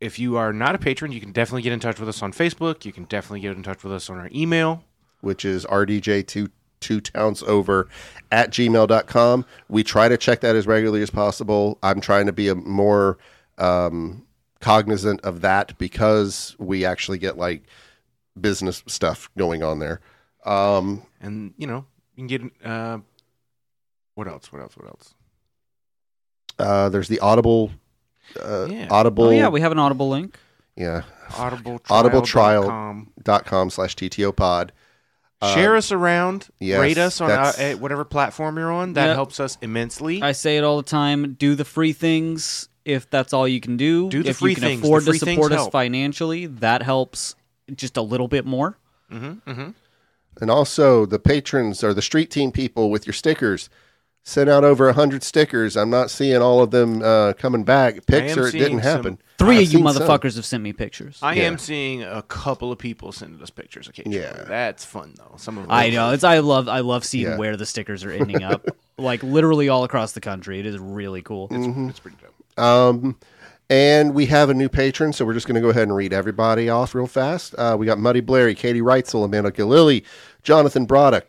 [SPEAKER 2] if you are not a patron, you can definitely get in touch with us on Facebook. You can definitely get in touch with us on our email.
[SPEAKER 3] which is RDJ two two towns over at gmail.com. We try to check that as regularly as possible. I'm trying to be a more um, cognizant of that because we actually get like business stuff going on there. Um,
[SPEAKER 2] And, you know, you can get. Uh, what else? What else? What else?
[SPEAKER 3] uh, there's the Audible, uh,
[SPEAKER 2] Yeah.
[SPEAKER 3] Audible,
[SPEAKER 1] Oh yeah, we have an Audible link.
[SPEAKER 3] yeah,
[SPEAKER 2] Audible
[SPEAKER 3] Audible trial.
[SPEAKER 2] trial.
[SPEAKER 3] dot com slash TTO pod. Uh,
[SPEAKER 2] Share us around.
[SPEAKER 3] yes,
[SPEAKER 2] rate us on uh,
[SPEAKER 3] that's-
[SPEAKER 2] eh, whatever platform you're on. That
[SPEAKER 1] Yeah.
[SPEAKER 2] helps us immensely.
[SPEAKER 1] I say it all the time. Do the free things if that's all you can do.
[SPEAKER 2] Do the
[SPEAKER 1] if
[SPEAKER 2] free
[SPEAKER 1] you can
[SPEAKER 2] things. The
[SPEAKER 1] afford
[SPEAKER 2] free
[SPEAKER 1] to
[SPEAKER 2] things
[SPEAKER 1] support us
[SPEAKER 2] help.
[SPEAKER 1] financially, that helps just a little bit more.
[SPEAKER 2] mm-hmm, mm-hmm.
[SPEAKER 3] And also the patrons or the street team people with your stickers. Sent out over a hundred stickers. I'm not seeing all of them uh, coming back. Pics
[SPEAKER 2] am
[SPEAKER 3] or it
[SPEAKER 2] seeing
[SPEAKER 3] didn't
[SPEAKER 2] some-
[SPEAKER 3] happen.
[SPEAKER 1] Three
[SPEAKER 3] I've
[SPEAKER 1] of you
[SPEAKER 3] seen some.
[SPEAKER 1] Uh, motherfuckers have sent me pictures. I,
[SPEAKER 2] I am seeing a couple of people sending us pictures occasionally.
[SPEAKER 3] Yeah.
[SPEAKER 2] That's fun, though. Some of them.
[SPEAKER 1] know. It's I love I love seeing
[SPEAKER 3] Yeah.
[SPEAKER 1] where the stickers are ending up. like literally all across the country. It is really cool.
[SPEAKER 2] It's pretty dope.
[SPEAKER 3] Um, and we have a new patron, so we're just going to go ahead and read everybody off real fast. Uh, we got Muddy Blairy, Katie Reitzel, Amanda Gillilly, Jonathan Brada,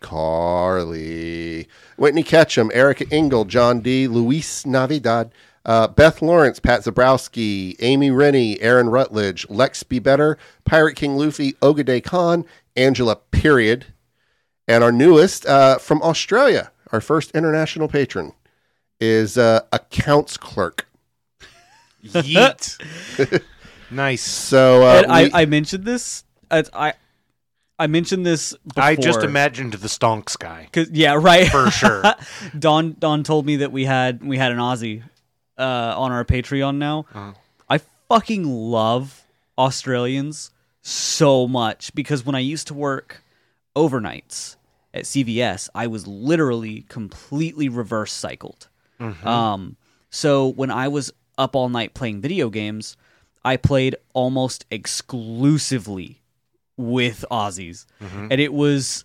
[SPEAKER 3] Carly, Whitney Ketchum, Erica Engel, John D., Luis Navidad, uh, Beth Lawrence, Pat Zabrowski, Amy Rennie, Aaron Rutledge, Lex Be Better, Pirate King Luffy, Ogade Khan, Angela, period. And our newest uh, from Australia, our first international patron, is uh, Accounts Clerk.
[SPEAKER 2] Yeet. nice.
[SPEAKER 3] So uh,
[SPEAKER 1] And I,
[SPEAKER 3] we-
[SPEAKER 1] I mentioned this. I I, I mentioned this. Before,
[SPEAKER 2] I just imagined the stonks guy
[SPEAKER 1] 'cause- yeah, right.
[SPEAKER 2] for sure.
[SPEAKER 1] Don Don told me that we had we had an Aussie uh, on our Patreon now. I fucking love Australians so much because when I used to work overnights at CVS, I was literally completely reverse cycled. Um, so when I was up all night playing video games, I played almost exclusively with Aussies, and it was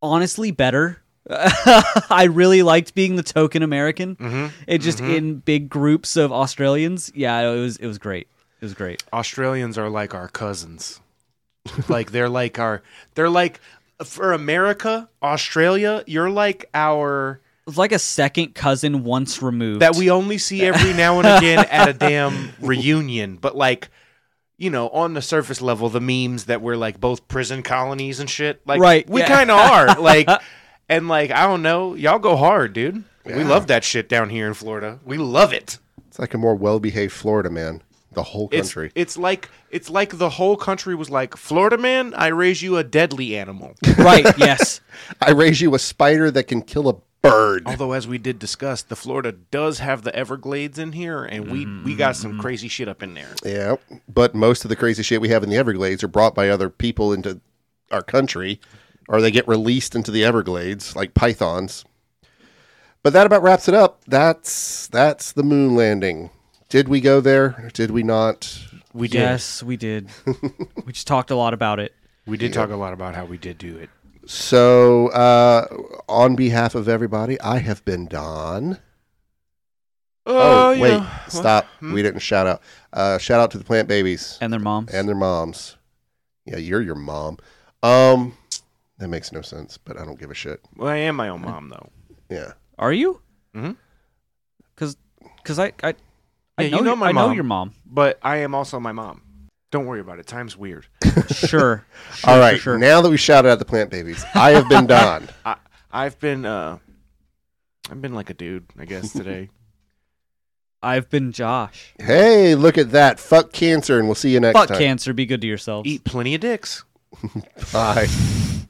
[SPEAKER 1] honestly better. I really liked being the token American.
[SPEAKER 2] Mm. Mm-hmm.
[SPEAKER 1] It just in big groups of Australians. Yeah, it was it was great. It was great.
[SPEAKER 2] Australians are like our cousins. like they're like our they're like for America, Australia, you're like our
[SPEAKER 1] It was like a second cousin once removed.
[SPEAKER 2] that we only see every now and again at a damn reunion, but like you know, on the surface level, the memes that we're like both prison colonies and shit. Like
[SPEAKER 1] Right,
[SPEAKER 2] we
[SPEAKER 1] yeah.
[SPEAKER 2] kind of are. Like and like I don't know, y'all go hard, dude. We love that shit down here in Florida. We love it.
[SPEAKER 3] It's like a more well-behaved Florida man. The whole
[SPEAKER 2] It's,
[SPEAKER 3] country.
[SPEAKER 2] it's like it's like the whole country was like, Florida man, I raise you a deadly animal.
[SPEAKER 1] right? Yes.
[SPEAKER 3] I raise you a spider that can kill a bird.
[SPEAKER 1] Oh.
[SPEAKER 2] Although, as we did discuss, the Florida does have the Everglades in here, and we we got some crazy shit up in there.
[SPEAKER 3] Yeah, but most of the crazy shit we have in the Everglades are brought by other people into our country, or they get released into the Everglades like pythons. But that about wraps it up. That's that's the moon landing. Did we go there? Or did we not?
[SPEAKER 2] We did.
[SPEAKER 1] yes, we did. we just talked a lot about it.
[SPEAKER 2] We did talk a lot about how we did do it.
[SPEAKER 3] So, uh, on behalf of everybody, I have been Don. Oh,
[SPEAKER 2] you
[SPEAKER 3] wait,
[SPEAKER 2] know, what?
[SPEAKER 3] stop.
[SPEAKER 2] Hmm?
[SPEAKER 3] We didn't shout out. Uh, shout out to the plant babies
[SPEAKER 1] and their moms.
[SPEAKER 3] and their moms. Yeah, you're your mom. Um, that makes no sense, but I don't give a shit.
[SPEAKER 2] Well, I am my own mom though.
[SPEAKER 3] Yeah,
[SPEAKER 1] Are you?
[SPEAKER 2] Mhm.
[SPEAKER 1] Because because I I, I
[SPEAKER 2] Yeah, you
[SPEAKER 1] know,
[SPEAKER 2] know
[SPEAKER 1] your-
[SPEAKER 2] my
[SPEAKER 1] I know
[SPEAKER 2] mom.
[SPEAKER 1] your mom.
[SPEAKER 2] But I am also my mom. Don't worry about it. Time's weird.
[SPEAKER 1] Sure. Sure,
[SPEAKER 3] All right.
[SPEAKER 1] Sure. sure.
[SPEAKER 3] Now that we shouted out the plant babies, I have been Don.
[SPEAKER 2] I I've been uh I've been like a dude, I guess today.
[SPEAKER 1] I've been Josh.
[SPEAKER 3] hey, look at that. Fuck cancer, and we'll see you next
[SPEAKER 1] Fuck
[SPEAKER 3] time.
[SPEAKER 2] E-
[SPEAKER 1] cancer. Be good to yourselves.
[SPEAKER 2] Eat plenty of dicks.
[SPEAKER 3] Bye.